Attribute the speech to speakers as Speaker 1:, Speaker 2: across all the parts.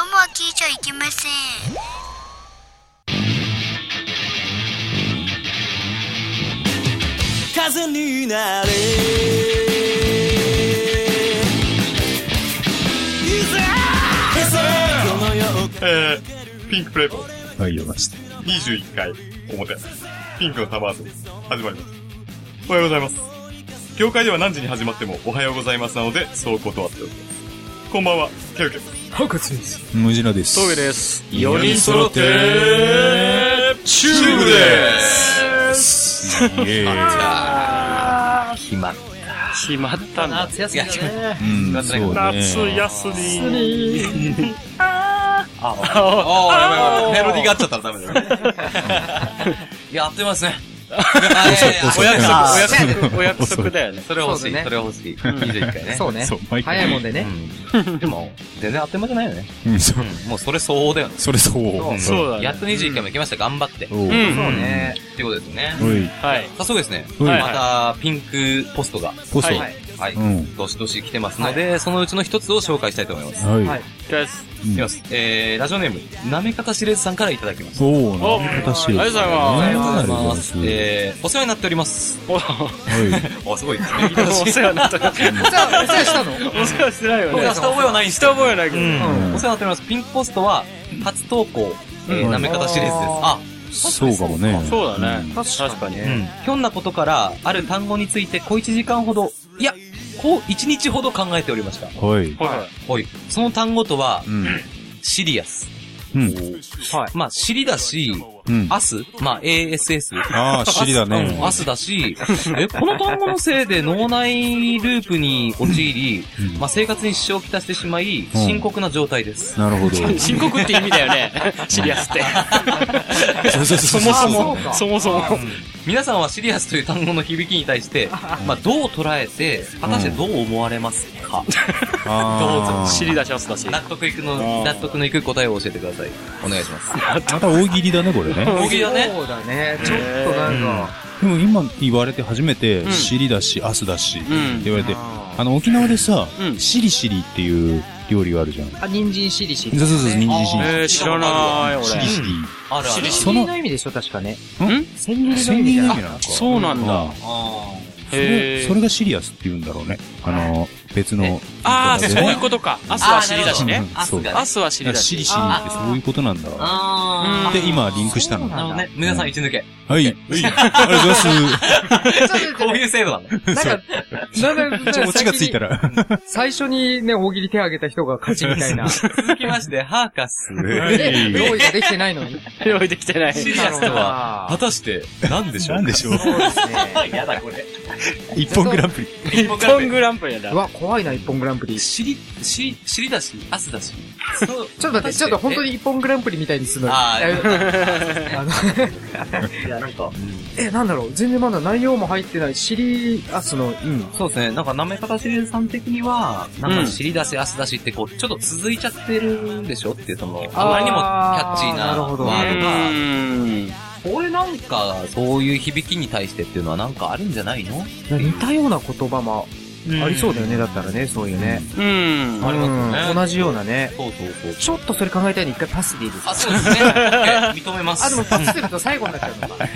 Speaker 1: ゃいけません
Speaker 2: 風になれ
Speaker 3: えー、ピンクプレイボール
Speaker 4: はい、読ました。
Speaker 3: 21回表、ピンクのタワーズ、始まります。おはようございます。業界では何時に始まってもおはようございますなので、そう断っておきます。こんばんは、ケウケです。
Speaker 4: ムジナです。
Speaker 5: トイレです。
Speaker 4: 4人揃って、
Speaker 3: チューブです
Speaker 4: すげえ。
Speaker 6: 暇。
Speaker 5: 決まったんだ。
Speaker 6: 夏休みだね。
Speaker 4: うん、そう
Speaker 5: 夏
Speaker 4: ね。
Speaker 5: 休み。
Speaker 7: ああ、やばいやばい。メロディーがあっちゃったらダメだよね。 やってますね。
Speaker 4: 遅
Speaker 5: お
Speaker 4: い
Speaker 5: 約束、お
Speaker 6: あ
Speaker 5: 約
Speaker 6: ー
Speaker 5: 束、お約束だよね。
Speaker 7: それは欲しい。
Speaker 6: そうだね
Speaker 7: それは欲しい。21回ね。
Speaker 6: そうね
Speaker 4: そう。毎回
Speaker 6: 早いもんでね。
Speaker 7: うんでも、全然あっという間じゃないよね。
Speaker 4: うん、そう
Speaker 7: もうそれ相応だよね。
Speaker 4: それそう。
Speaker 5: そうだね
Speaker 7: やっと21回も行きました。頑張って。
Speaker 4: おう。
Speaker 5: うん。
Speaker 7: そうね。っていうことですね。
Speaker 4: おい、
Speaker 5: はい。
Speaker 7: 早速ですね。
Speaker 4: おい、
Speaker 5: はい
Speaker 7: また、ピンクポストが、
Speaker 4: ポソ。
Speaker 5: は
Speaker 4: はい
Speaker 7: はい
Speaker 4: うん。。
Speaker 7: どしどし来てますので、そのうちの一つを紹介したいと思います。
Speaker 6: はいい。
Speaker 5: です。
Speaker 4: うん
Speaker 7: いきます。えー、ラジオネーム、なめかたしれずさんからいただきました。
Speaker 4: おう、
Speaker 5: お
Speaker 4: なるほど、し
Speaker 5: ありがとうござい
Speaker 4: あ
Speaker 5: ま
Speaker 4: りがとうございます。は
Speaker 7: えー、お世話になっております。
Speaker 5: お、お
Speaker 7: あ、すごいですね。
Speaker 5: 世話になった。
Speaker 6: お世話お世話したの
Speaker 5: お世話してないよ
Speaker 7: 僕
Speaker 5: ね
Speaker 7: は。した覚えはないんです
Speaker 5: 下覚えないけど。
Speaker 4: ん
Speaker 7: お世話になっております。ピンクポストは、初投稿、えー
Speaker 4: うん
Speaker 7: なめ方シリーズです。あ、
Speaker 4: い。そうかもね。
Speaker 5: そうだね。確かに。
Speaker 7: ひょんなことから、ある単語について小1時間ほど、いや、こう1日ほど考えておりました。
Speaker 4: うん。はい。
Speaker 5: は
Speaker 7: おい。その単語とは
Speaker 4: う、ん。
Speaker 7: シリアス。
Speaker 4: うん。
Speaker 7: まあ、シリだし、
Speaker 4: うん。
Speaker 7: アスまあ、ASS。
Speaker 4: ああ、尻だね
Speaker 7: うん。アスだし、え、この単語のせいで脳内ループに陥り、
Speaker 4: うん
Speaker 7: まあ、生活に支障をきたしてしまい、
Speaker 4: うん
Speaker 7: 深刻な状態です。
Speaker 4: な るほど。
Speaker 5: い。深刻って意味だよね。 シリアスって。そもそも、そもそも。
Speaker 7: 皆さんはシリアスという単語の響きに対して、まあ、どう捉えて、果たしてどう思われますか、
Speaker 4: ああ
Speaker 5: シリ出しますだし。
Speaker 7: 納得いくの、納得のいく答えを教えてください。お願いします。
Speaker 4: また大喜利だね、これね。
Speaker 7: 大喜利だね。
Speaker 6: そうだね。ちょっとなんか。
Speaker 4: でも今言われて初めて
Speaker 5: ん、
Speaker 4: シリだし、アスだし、って
Speaker 5: ん
Speaker 4: 言われて、
Speaker 6: あ
Speaker 4: あの、沖縄でさ
Speaker 5: う、ん
Speaker 4: シリシリっていう料理があるじゃん。そ
Speaker 6: ーあ、人参しりしり。
Speaker 4: うそうそう、人参シリ
Speaker 5: えー、知らない、
Speaker 4: シ
Speaker 5: 俺
Speaker 4: リ。シリ。
Speaker 7: あるあ
Speaker 5: シ
Speaker 7: る
Speaker 5: リ。
Speaker 4: そ
Speaker 6: そ
Speaker 4: の
Speaker 6: の意味でしょ、確かね。
Speaker 5: ん
Speaker 6: 千切りの意
Speaker 4: 千切
Speaker 6: 味じ
Speaker 4: り
Speaker 6: ゃ
Speaker 4: の
Speaker 6: な
Speaker 4: 意
Speaker 6: い
Speaker 4: 味なのか。
Speaker 5: そうなんだ
Speaker 4: あ。
Speaker 7: あ
Speaker 4: そ
Speaker 5: へ
Speaker 4: れ
Speaker 5: え。
Speaker 4: それがシリアスって言うんだろうね。あの、別の。
Speaker 5: あー、そういう
Speaker 4: と
Speaker 5: ことか。アスは尻だしね。
Speaker 4: アス
Speaker 5: アスは尻だ
Speaker 4: シ
Speaker 5: し。
Speaker 4: リシリってそういうことなんだろう。
Speaker 7: あ
Speaker 4: で、今、リンクしたの。
Speaker 7: な
Speaker 4: は
Speaker 7: るほどね。皆さん一抜け。
Speaker 4: い。はい。ありがとうございます。
Speaker 7: こういう制度なんだ。
Speaker 6: なんか、なんか、
Speaker 4: ちょ、オチがついたら。
Speaker 6: 最初にね、大喜利手挙げた人が勝ちみたいな。
Speaker 7: 続きまして、ハーカス。
Speaker 4: えい
Speaker 6: 用意ができてないのに。
Speaker 5: 用意できてない。
Speaker 7: シリアスとは、
Speaker 6: な
Speaker 7: 果たして、何でしょう
Speaker 4: なんでしょう。
Speaker 6: そうですね。
Speaker 7: やだこれ。
Speaker 4: 一本グランプリ。
Speaker 5: 一本グランプリだ
Speaker 6: う。わ、怖いな、一本グランプリ。ち
Speaker 7: シリ、シリ、シリだし、アスだし。そう
Speaker 6: ょっと待って、ちょっと本当。に一本グランプリみたいにするのに。
Speaker 7: あーよ
Speaker 6: あの
Speaker 7: いや、なんか。
Speaker 6: え、なんだろう、全然まだ内容も入ってない、シリアスの、うん。
Speaker 7: そうですね。なんか、なめかたシリーズさん的には、なん
Speaker 5: う
Speaker 7: か、
Speaker 5: ん
Speaker 7: 尻出し、足出しって、こう、ちょっと続いちゃってるんでしょっていう、その、
Speaker 6: あー
Speaker 7: あまりにもキャッチーな
Speaker 6: なるほど
Speaker 7: ワ
Speaker 5: う
Speaker 7: ードが、
Speaker 5: ーん。
Speaker 7: これなんか、そういう響きに対してっていうのはなんかあるんじゃないの
Speaker 6: 似たような言葉もありそうだよね、だったらね、そういうね。
Speaker 5: うん。
Speaker 7: ありますよね
Speaker 6: うん同じようなね。
Speaker 7: そうそうそう。
Speaker 6: ちょっとそれ考えたいのに一回パスでいいですか
Speaker 7: あ、そうですね。認めます。
Speaker 6: あ、でもパスすると最後になっちゃうのか。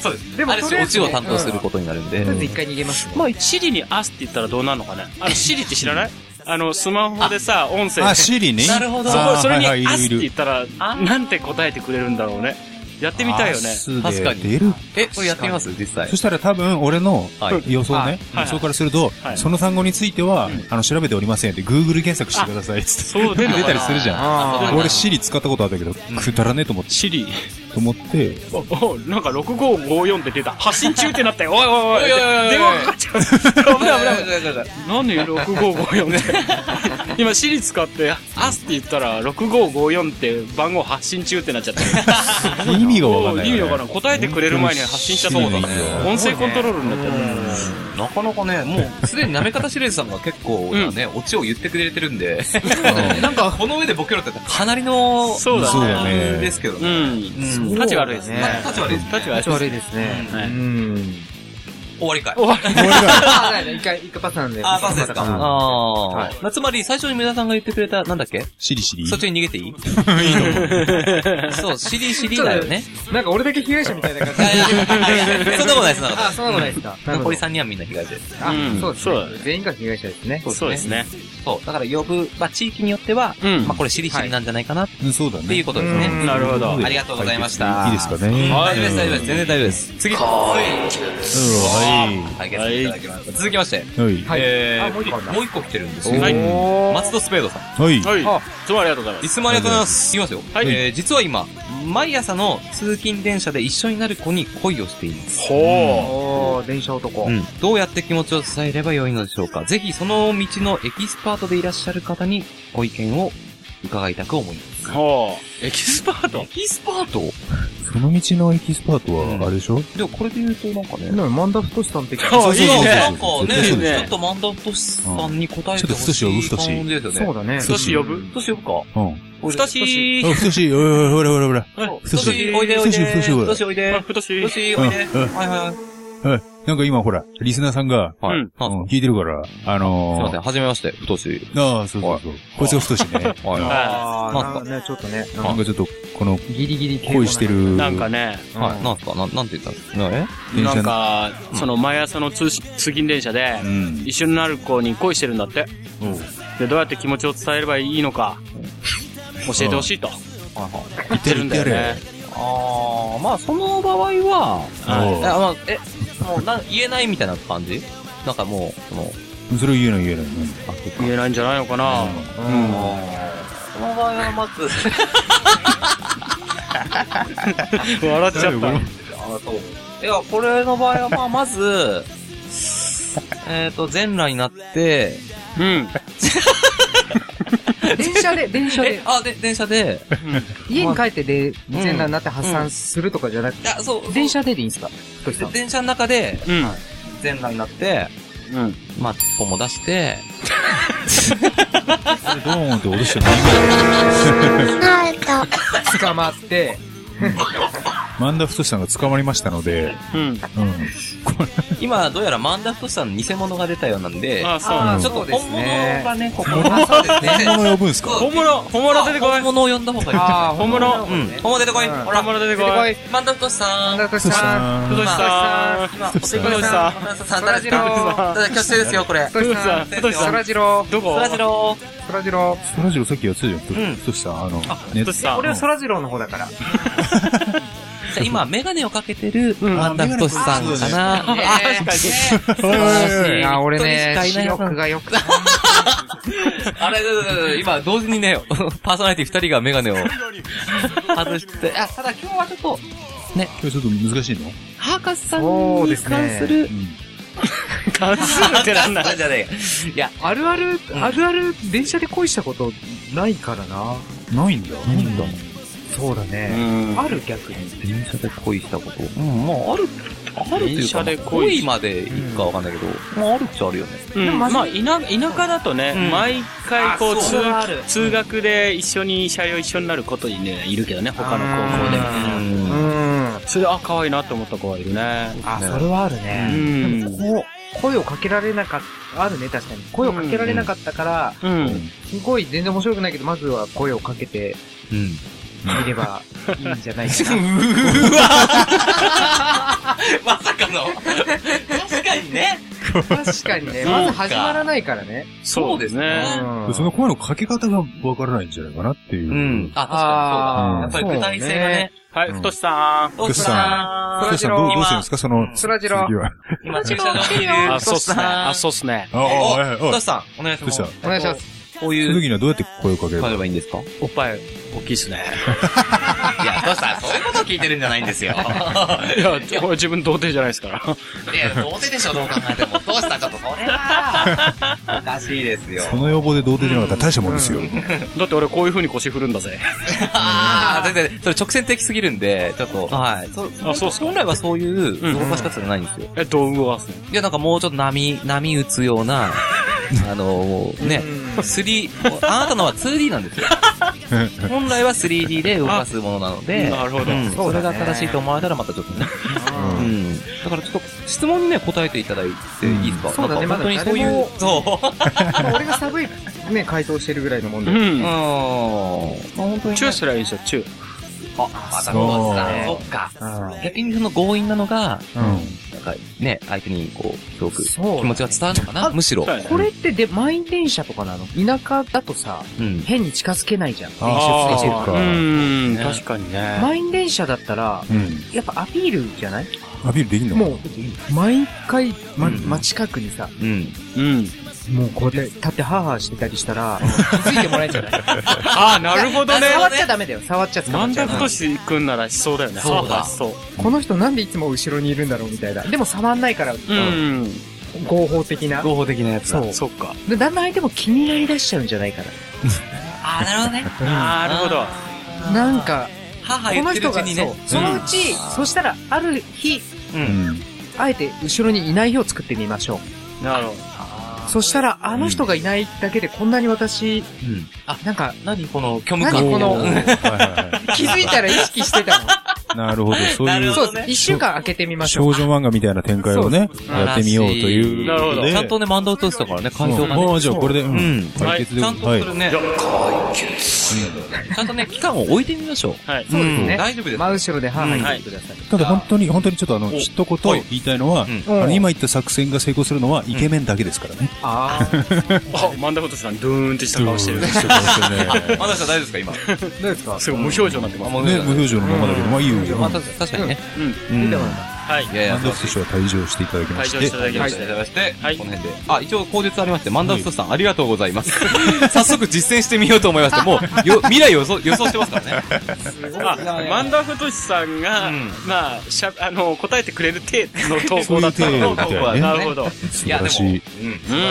Speaker 7: そうです。
Speaker 6: でも
Speaker 7: あれ
Speaker 6: とりあえ
Speaker 7: オ
Speaker 6: ず
Speaker 7: チ
Speaker 6: ね
Speaker 7: を担当することになるんで。
Speaker 6: とりあえず一回逃げますね。
Speaker 5: まあ、シリにアスって言ったらどうなるのかね。あの、シリって知ら ないあの、スマホでさ、音声
Speaker 4: あ、シリね。
Speaker 7: なるほど
Speaker 5: そ
Speaker 4: あ
Speaker 5: こ
Speaker 4: ー
Speaker 5: それに
Speaker 4: はいは
Speaker 5: ア
Speaker 4: い
Speaker 5: スって
Speaker 4: いるい
Speaker 5: 言
Speaker 4: る
Speaker 5: ったら、なんて答えてくれるんだろうね。やってみたいよね。
Speaker 4: 確かに。出る。
Speaker 7: え、これやってみます実際
Speaker 4: そ。したら多分、俺の
Speaker 7: はい
Speaker 4: 予想ね。
Speaker 5: はい
Speaker 4: 予想からすると
Speaker 5: は、い
Speaker 4: その単語については、あの、調べておりませんって、Google 検索してくださいっつって。
Speaker 5: そう出る
Speaker 4: 出たりするじゃん。
Speaker 6: あ
Speaker 4: 俺、シリ使ったことあったけど、くだらねえと思って、
Speaker 5: シリ。
Speaker 4: と思って、
Speaker 5: お、おなんか6554って出た。発信中ってなったよ。おいおいおい。電話かかっちゃう。 危ない危ない危ない。なんで6554って。 今、シリ使って、アスって言ったら、6554って番号発信中ってなっちゃった。
Speaker 4: 意味がわかんない
Speaker 5: 意
Speaker 4: よね。
Speaker 5: 味わからん。答えてくれる前に発信しちゃったもん
Speaker 4: 本当にシリだね
Speaker 5: 音声コントロールになっちゃった。
Speaker 7: なかなかね、もう、すでになめかたしれずさんが結構なね、オチを言ってくれてるんで、 なんか、この上でボケろって言ったらかなりの、
Speaker 5: そうだね
Speaker 4: そうだね
Speaker 7: ですけど
Speaker 5: う
Speaker 7: ね。
Speaker 5: ん。立ち悪いですね。
Speaker 7: 立ち悪いですね。
Speaker 5: 立ち悪い
Speaker 6: ち悪いですね。
Speaker 5: はい
Speaker 6: うん。
Speaker 7: 終わりかい。
Speaker 5: 終わり。
Speaker 6: あないない一回、一回パスなんで。
Speaker 7: あ、パスですか。
Speaker 6: うん
Speaker 7: あ
Speaker 6: は
Speaker 7: あ。まあつまり、最初に梅田さんが言ってくれた、なんだっけ
Speaker 4: シリシリ。
Speaker 7: そっちに逃げていいいいそう、シリシリ
Speaker 6: ちょっと
Speaker 7: だよね。
Speaker 6: なんか俺だけ被害者みたいな感
Speaker 7: いやいやいやいやそんなことないです、そんなことな
Speaker 6: あ、そうなのないですか。
Speaker 7: い。残り
Speaker 6: さん。
Speaker 7: 3人はみんな被害者です。
Speaker 6: あ
Speaker 5: うん、
Speaker 6: そうです
Speaker 5: そうだ
Speaker 6: ね。全員が被害者ですね。
Speaker 5: そうですね。
Speaker 7: そう。だから呼ぶ、まあ地域によっては、
Speaker 5: うん
Speaker 7: まあこれシリシリなんじゃないかなっ
Speaker 4: うんそうだね。
Speaker 7: ていうことですね。
Speaker 6: うん
Speaker 5: なるほど。
Speaker 7: ありがとうございました
Speaker 4: いいですかね。
Speaker 7: 大丈夫です、大丈夫です。全然大丈夫です。次。
Speaker 4: は
Speaker 7: 解決していただきます。続きまして、
Speaker 4: い。はい。
Speaker 6: はい。
Speaker 7: え
Speaker 6: あもう一個ある
Speaker 7: ー、
Speaker 6: な
Speaker 7: もう一個来てるんですよ。
Speaker 5: はい
Speaker 7: 松戸スペードさん。
Speaker 4: はい。
Speaker 5: はい。い
Speaker 6: あ
Speaker 5: つもありがとうございま
Speaker 7: い
Speaker 5: す。
Speaker 7: つもありがとうございます。いきますよ。
Speaker 5: はい
Speaker 7: えー、実は今、毎朝の通勤電車で一緒になる子に恋をしています。
Speaker 5: ほ
Speaker 6: おー、電車男。
Speaker 7: どうやって気持ちを伝えればよいのでしょうかぜひその道のエキスパートでいらっしゃる方にご意見を伺いたく思います。
Speaker 5: う。ほう。エキスパート
Speaker 7: エキスパート
Speaker 4: その道のエキスパートは、あれでしょ
Speaker 7: でもこれで言うとなんかね。
Speaker 6: なんか万田太さん的な。
Speaker 5: あいいね
Speaker 7: なんかね、
Speaker 5: いいね
Speaker 7: ちょっと漫談としさんに答えてほしい。
Speaker 4: ちょっと太し
Speaker 7: 感じですよね。
Speaker 6: そうだね。
Speaker 5: 太し呼ぶ
Speaker 7: 太し呼ぶか。
Speaker 4: うん。
Speaker 7: 太し
Speaker 4: あ、太し、おいおいほらほらほら。
Speaker 5: はい
Speaker 7: 太しおいでお
Speaker 4: 太
Speaker 7: いで。
Speaker 4: し太し
Speaker 7: 太しおいで。
Speaker 5: ふとし
Speaker 7: 太しおいで。
Speaker 4: うんうん
Speaker 7: はいはい。
Speaker 4: なんか今ほら、リスナーさんが、
Speaker 7: は
Speaker 5: う
Speaker 7: い。なん
Speaker 5: ん
Speaker 7: す
Speaker 4: う
Speaker 7: か
Speaker 4: ん、聞いてるから、あ
Speaker 7: すいま
Speaker 4: の
Speaker 7: せん。
Speaker 4: ー、
Speaker 7: はじめまして。太し。
Speaker 4: ああ、そうそうそう。こいつが太しね。
Speaker 7: は
Speaker 5: は
Speaker 6: あー、なんかね、ちょっとね。
Speaker 4: な
Speaker 6: なんん
Speaker 4: か
Speaker 6: か
Speaker 4: ちょっと、この、
Speaker 6: ギリギリ
Speaker 4: 恋して。
Speaker 5: い。
Speaker 4: る、
Speaker 5: なんかね、
Speaker 7: い。はい。なんすかなん、なんて言ったんですかね
Speaker 4: 電車
Speaker 5: なん
Speaker 4: の、
Speaker 5: か、その毎朝の通し通勤電車で
Speaker 4: う、ん。
Speaker 5: 一緒になる子に恋してるんだって。で、どうやって気持ちを伝えればいいのか、教えてほしいと
Speaker 7: はいはい。
Speaker 5: 言ってるんだよね。
Speaker 7: ああ、まあその場合は、
Speaker 4: お
Speaker 7: あ
Speaker 4: う
Speaker 7: まあ、え、もうな言えないみたいな感じなんかもう、その、
Speaker 4: それを言えない言えない。
Speaker 7: あそっか
Speaker 5: 言えないんじゃないのかな。
Speaker 7: その場合はまず、
Speaker 5: 笑っちゃった。
Speaker 7: あそう。いや、これの場合はま あまず、えっと、全裸になって、
Speaker 5: うん。
Speaker 6: 電車で、電車
Speaker 7: え
Speaker 6: で、。
Speaker 7: あ、で、電車で、
Speaker 6: 家に帰ってで、全裸になって発散するとかじゃなく
Speaker 7: い
Speaker 6: て、
Speaker 7: や、そう、
Speaker 6: 電車ででいいんですか太さん。
Speaker 7: 電車の中で、
Speaker 5: うん。
Speaker 7: 全裸になって、
Speaker 5: うん。
Speaker 7: まあ、尻尾も出して、
Speaker 4: それドーンって落としてもいいぐらい。
Speaker 6: 捕まって、
Speaker 4: マンダ太さんが捕まりましたので、
Speaker 5: うん。
Speaker 4: うん。
Speaker 7: 今、どうやらマンダフトさんの偽物が出たようなんで、
Speaker 5: あ、そう。
Speaker 6: あー
Speaker 7: ちょっと
Speaker 6: そうで
Speaker 7: 本
Speaker 6: す
Speaker 7: 物
Speaker 6: ね
Speaker 7: がね、ここに。そうですね。
Speaker 4: 本物呼ぶんすか
Speaker 5: 本物、本物出てこい。
Speaker 7: 本物を呼んだ方がいい。
Speaker 6: あー、本物。
Speaker 5: 本
Speaker 7: うん。本物出てこい。
Speaker 6: うん
Speaker 7: ほら
Speaker 5: 本。物出てこい。
Speaker 6: 万
Speaker 7: マンダフトシさん。
Speaker 6: 田太さん。
Speaker 5: ふとしさ
Speaker 7: 今、
Speaker 4: 太
Speaker 7: お
Speaker 4: し
Speaker 7: 手
Speaker 4: さん
Speaker 7: 頃です。
Speaker 5: 太しさん
Speaker 7: マンダフトさん、
Speaker 6: そら
Speaker 7: 誰
Speaker 6: ジ
Speaker 7: で
Speaker 6: ロ
Speaker 7: すか
Speaker 6: ー
Speaker 7: ただ、挙手ですよ、これ。
Speaker 6: 太さん。
Speaker 5: ん太
Speaker 6: そらジロー。
Speaker 5: どこ
Speaker 7: そらジロー。
Speaker 6: そらジロ
Speaker 4: そらジローさっきやってたじゃん。ふ
Speaker 7: うん
Speaker 4: としさん、あの、ね
Speaker 5: ふとしさ
Speaker 6: ー。
Speaker 5: ん。
Speaker 6: 俺はそらジローの方だから。
Speaker 7: じゃあ今、メガネをかけてる、マンダフトシさ
Speaker 4: あ
Speaker 7: ん
Speaker 4: メガ
Speaker 7: か
Speaker 4: ネ
Speaker 7: な。
Speaker 6: ね
Speaker 7: あーか
Speaker 4: おいおいおい
Speaker 6: いや、俺
Speaker 7: 本
Speaker 6: ね
Speaker 7: 当、に視
Speaker 6: 視
Speaker 7: 界ない
Speaker 6: 力が良くて。
Speaker 7: に。あれ、だだだだ今、同時にね、 パーソナリティ二人がメガネを外して、あ、ただ今日はちょっと、
Speaker 4: 今日ちょっと難しいの
Speaker 7: ハーカスさん
Speaker 6: そう
Speaker 7: に
Speaker 6: ですね
Speaker 7: 関する、
Speaker 5: 関数ってなんだ。
Speaker 7: じゃねえ
Speaker 6: あるある、あるある、電車で恋したことないからな。
Speaker 4: ないんだ。ないんだ。
Speaker 6: そうだね。ある逆に。
Speaker 7: 電車で恋したこと。うん、まあ、ある、あるっていう
Speaker 5: 電
Speaker 7: か、
Speaker 5: 車で
Speaker 7: まあ
Speaker 5: 恋
Speaker 7: 恋まで行くかわかんないけど、まあ、あるっちゃあるよね。
Speaker 5: うん、まあ、田、田舎だとね、
Speaker 7: うん
Speaker 5: 毎回こう、
Speaker 7: あ
Speaker 5: 通
Speaker 7: そう
Speaker 6: ある、
Speaker 5: 通学で一緒に車両一緒になることにね、いるけどね、他の高校
Speaker 6: あ
Speaker 5: で。
Speaker 6: ー
Speaker 7: うん
Speaker 6: うん。
Speaker 5: それで、あ、可愛いなって思った子はいるね。
Speaker 6: あ、それはある
Speaker 5: う
Speaker 6: ね。
Speaker 5: ん。
Speaker 6: こう、声をかけられなかった、あるね、確かに。声をかけられなかったから、
Speaker 5: うん。
Speaker 6: すごい全然面白くないけど、まずは声をかけて
Speaker 7: うん。
Speaker 6: みればいいんじゃないか
Speaker 7: う
Speaker 6: な。
Speaker 7: ーわまさかの。確かにね。
Speaker 6: 確かにね、
Speaker 5: そうか
Speaker 6: まず始まらないからね。
Speaker 5: そうですね。
Speaker 6: うん
Speaker 4: その声のかけ方がわからないんじゃないかなっていう。
Speaker 7: うん。。
Speaker 6: あ
Speaker 7: あ、
Speaker 4: ー
Speaker 7: 確かにそうだ。やっぱり具体性がね。
Speaker 5: はい、
Speaker 4: うん
Speaker 5: ふとしさん。
Speaker 7: おっさ
Speaker 4: ふとしさん、どう、どうしてるんですかその、
Speaker 6: そらジロー
Speaker 4: 次は。
Speaker 7: ん。今、駐車場にいる。
Speaker 5: あ、そうっすね。
Speaker 7: あ
Speaker 5: あ、、そうっすね。
Speaker 4: あ、あ、
Speaker 7: お
Speaker 4: おい、お
Speaker 7: ト
Speaker 4: い。
Speaker 7: シさん、お願いします
Speaker 4: トシ。
Speaker 6: お願いします。
Speaker 7: こう
Speaker 4: そ
Speaker 7: い
Speaker 4: の
Speaker 7: う、
Speaker 4: 時にはどうやって声をかけれ
Speaker 7: 変え
Speaker 4: ば
Speaker 7: ればいいんですかい
Speaker 5: おっぱい、大きいっすね。
Speaker 7: や、トシさん、そういうこと聞いてるんじゃないんです よ。い
Speaker 5: いや、これ自分童貞じゃないですから。
Speaker 7: や、どうせでしょ、どう考えても。トシさん、ちょっとそれは、おかしいですよ。
Speaker 4: その要望で童貞じゃなかったら大したもんですよ。
Speaker 5: だって俺こういう風に腰振るんだぜ。
Speaker 7: ああ、全然、それ直線的すぎるんで、ちょっと、はい。そ
Speaker 5: あそうっすか
Speaker 7: 本来はそういう、動かし方じゃないんですよ。
Speaker 5: え、どう動かすの
Speaker 7: いや、なんかもうちょっと波、波打つよう な、あのー、ね、3、あなたのは 2D なん ですよ。本来は 3D で動かすものなので、
Speaker 5: なるほど
Speaker 7: うん
Speaker 6: そ
Speaker 7: そう
Speaker 6: だ
Speaker 7: れ
Speaker 6: ね
Speaker 7: が正しいと思われたらまたちょっとね。
Speaker 6: うん
Speaker 7: うん。だからちょっと質問にね、答えていただいていいですか、
Speaker 6: うんそうだね
Speaker 7: なんか本当にそうい
Speaker 6: ま
Speaker 7: う
Speaker 6: だ誰も。
Speaker 7: そう。
Speaker 6: まあ俺が寒い、ね、回答してるぐらいのもん
Speaker 5: う
Speaker 6: で。
Speaker 7: うん。
Speaker 5: ん。
Speaker 7: まあ本当にね、
Speaker 5: チューしたらいいじゃん、チュー。
Speaker 7: あ、
Speaker 4: そう
Speaker 7: だね。そっか。
Speaker 6: あー
Speaker 7: 逆にその強引なのが、
Speaker 4: うん。
Speaker 7: なんかね、相手にこう、すごく気
Speaker 6: そう。
Speaker 7: 持ちが伝わるのかなむしろ。
Speaker 5: そうやね
Speaker 6: これってで、満員電車とかなの田舎だとさ、
Speaker 7: うん。
Speaker 6: 変に近づけないじゃん。
Speaker 4: あ
Speaker 6: 電車つけてる
Speaker 4: ー
Speaker 6: か
Speaker 4: そっ
Speaker 5: う
Speaker 4: か
Speaker 5: ん、確かに
Speaker 6: ら。
Speaker 5: ね。
Speaker 6: 満員電車だったら、
Speaker 4: うん。
Speaker 6: やっぱアピールじゃない
Speaker 4: アピールできんの
Speaker 6: もう、毎回、ま、
Speaker 7: うん
Speaker 6: ま、近くにさ、
Speaker 7: うん。
Speaker 5: うん。
Speaker 6: もうこうやって立ってハーハーしてたりしたら、気づいてもらえんじゃない
Speaker 5: ああ、なるほどね。
Speaker 6: 触っちゃダメだよ。触っちゃ捕ま
Speaker 5: 万
Speaker 6: っちゃ
Speaker 5: 田
Speaker 6: う。
Speaker 5: 太志くんならしそうだよね。
Speaker 7: そうだ
Speaker 5: そう。
Speaker 6: この人なんでいつも後ろにいるんだろうみたいな。でも触んないから、
Speaker 5: うん。
Speaker 6: 合法的な。
Speaker 7: 法的なやつ
Speaker 6: だ
Speaker 5: そっか。
Speaker 6: でだんだん相手も気になりだしちゃうんじゃないか
Speaker 7: あー、なるほどね。
Speaker 5: なるほど。
Speaker 6: な。なんか、
Speaker 7: 母
Speaker 6: こ
Speaker 7: 言
Speaker 6: の
Speaker 7: ってる
Speaker 6: 人
Speaker 7: うち
Speaker 6: が、
Speaker 7: に
Speaker 6: そう
Speaker 7: ね。
Speaker 6: そのうち、そしたら、ある日、
Speaker 7: う。
Speaker 4: うんん。
Speaker 6: あえて後ろにいない日を作ってみましょ
Speaker 5: なるほ
Speaker 6: う。そしたら、あの人がいないだけでこんなに私、
Speaker 7: うん。あ、
Speaker 6: なんか、
Speaker 7: 何この虚無
Speaker 6: 何
Speaker 7: 感。
Speaker 6: この
Speaker 4: はい、は
Speaker 6: 気づいたら意識してたの。
Speaker 4: い。なるほど。そう い
Speaker 7: なるほ
Speaker 4: う
Speaker 6: そ
Speaker 7: ど
Speaker 6: う
Speaker 7: ね
Speaker 6: です。一週間開けてみましょう。
Speaker 4: 少女漫画みたいな展開をね、やってみようという。
Speaker 5: なるほど
Speaker 4: で
Speaker 7: ちゃんとね、漫画を通したからね、感情がね。
Speaker 4: もうじゃあこれで、う。
Speaker 7: うんん。
Speaker 4: 解決で
Speaker 7: ちゃんとするね。ちゃんとね、期間を置いてみましょう。
Speaker 5: はい。
Speaker 6: そうですね。
Speaker 7: 大丈夫です。
Speaker 6: 真後ろでハーハー言ってください。
Speaker 4: ただ本当に、本当にちょっとあの、一言言いたいのは、
Speaker 6: うん
Speaker 4: あの、今言った作戦が成功するのはイケメンだけですからね。
Speaker 6: あー
Speaker 5: あ、万田太志さん、ドゥーンってした顔してる。
Speaker 4: そうですよね
Speaker 7: まださん大丈夫ですか、今。
Speaker 6: どうですか
Speaker 5: すごい無表情になってます。
Speaker 7: もう
Speaker 4: ね、無表情のままだけど、まあいいよ、いいよ。
Speaker 7: まあ、
Speaker 4: 満
Speaker 7: 確か確かにね。
Speaker 5: うん。
Speaker 6: 出てもら
Speaker 5: はい。
Speaker 7: いやいや、
Speaker 4: 足師匠は退場していただき
Speaker 5: 退
Speaker 4: ま
Speaker 5: 場
Speaker 4: し
Speaker 5: していた
Speaker 4: て、
Speaker 5: だきまし
Speaker 7: い
Speaker 5: た。
Speaker 7: ただきまして、
Speaker 5: はい
Speaker 7: この辺で。あ、一応、口述ありまして、マンダウスさん、ありがとうございます。早速実践してみようと思いまして、も う、よ、未来を予想、予想してますからね。
Speaker 5: あ、万田太志さんが、
Speaker 7: うん
Speaker 5: まあ、しゃ、あの、答えてくれる手の投稿だった
Speaker 4: そういう体みたいなね
Speaker 5: なるほど。
Speaker 4: 素晴
Speaker 7: いや、で
Speaker 4: ら
Speaker 7: も、
Speaker 4: しい。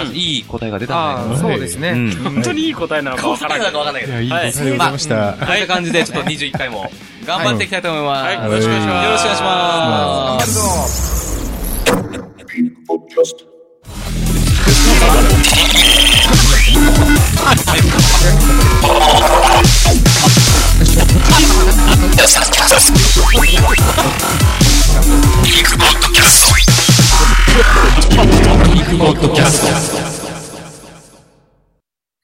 Speaker 7: うん、いい答えが出たん
Speaker 6: あ
Speaker 7: じ
Speaker 6: あ、
Speaker 7: ゃ
Speaker 6: そうです
Speaker 7: ないかな。
Speaker 6: ね。
Speaker 5: 本当にいい答えなのかわからない。
Speaker 7: かんないけ
Speaker 4: いや、いい
Speaker 5: はい
Speaker 4: 答えでございました。
Speaker 7: こういった感じで、ちょっと21回も、頑張っていきたいと思います。
Speaker 5: はい、
Speaker 4: い
Speaker 5: よろしくお願いします。
Speaker 7: よろしくお願いします。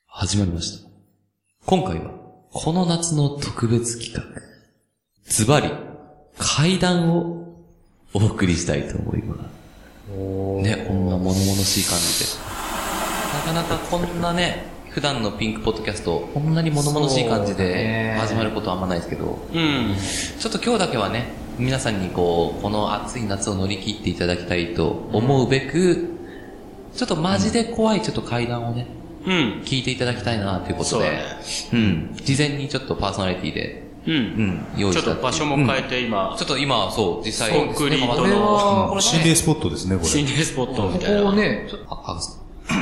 Speaker 7: 始まりました。今回は、この夏の特別企画、ズバリ、階段をお送りしたいと思います。ね、こんな物々しい感じで。なかなかこんなね、普段のピンクポッドキャスト、こんなに物々しい感じで始まることはあんまないですけど、
Speaker 5: うん。
Speaker 7: ちょっと今日だけはね、皆さんにこう、この暑い夏を乗り切っていただきたいと思うべく、ちょっとマジで怖いちょっと階段をね、
Speaker 5: うん。
Speaker 7: 聞いていただきたいなというこ
Speaker 5: そう
Speaker 7: とで、
Speaker 5: だね
Speaker 7: うん。事前にちょっとパーソナリティで、
Speaker 5: う。
Speaker 7: うんん、用意
Speaker 5: ちょ
Speaker 7: し
Speaker 5: ったと場所も変え
Speaker 7: て、
Speaker 5: て今
Speaker 7: うん、ちょっと今、そう、実際、
Speaker 5: コンクリートの
Speaker 7: これは、これ
Speaker 4: 心霊スポットですね、こ
Speaker 5: 心
Speaker 4: れ。
Speaker 5: 霊スポットみ
Speaker 6: こ
Speaker 5: たい
Speaker 6: こを
Speaker 5: な。
Speaker 6: ね、
Speaker 7: あ、あ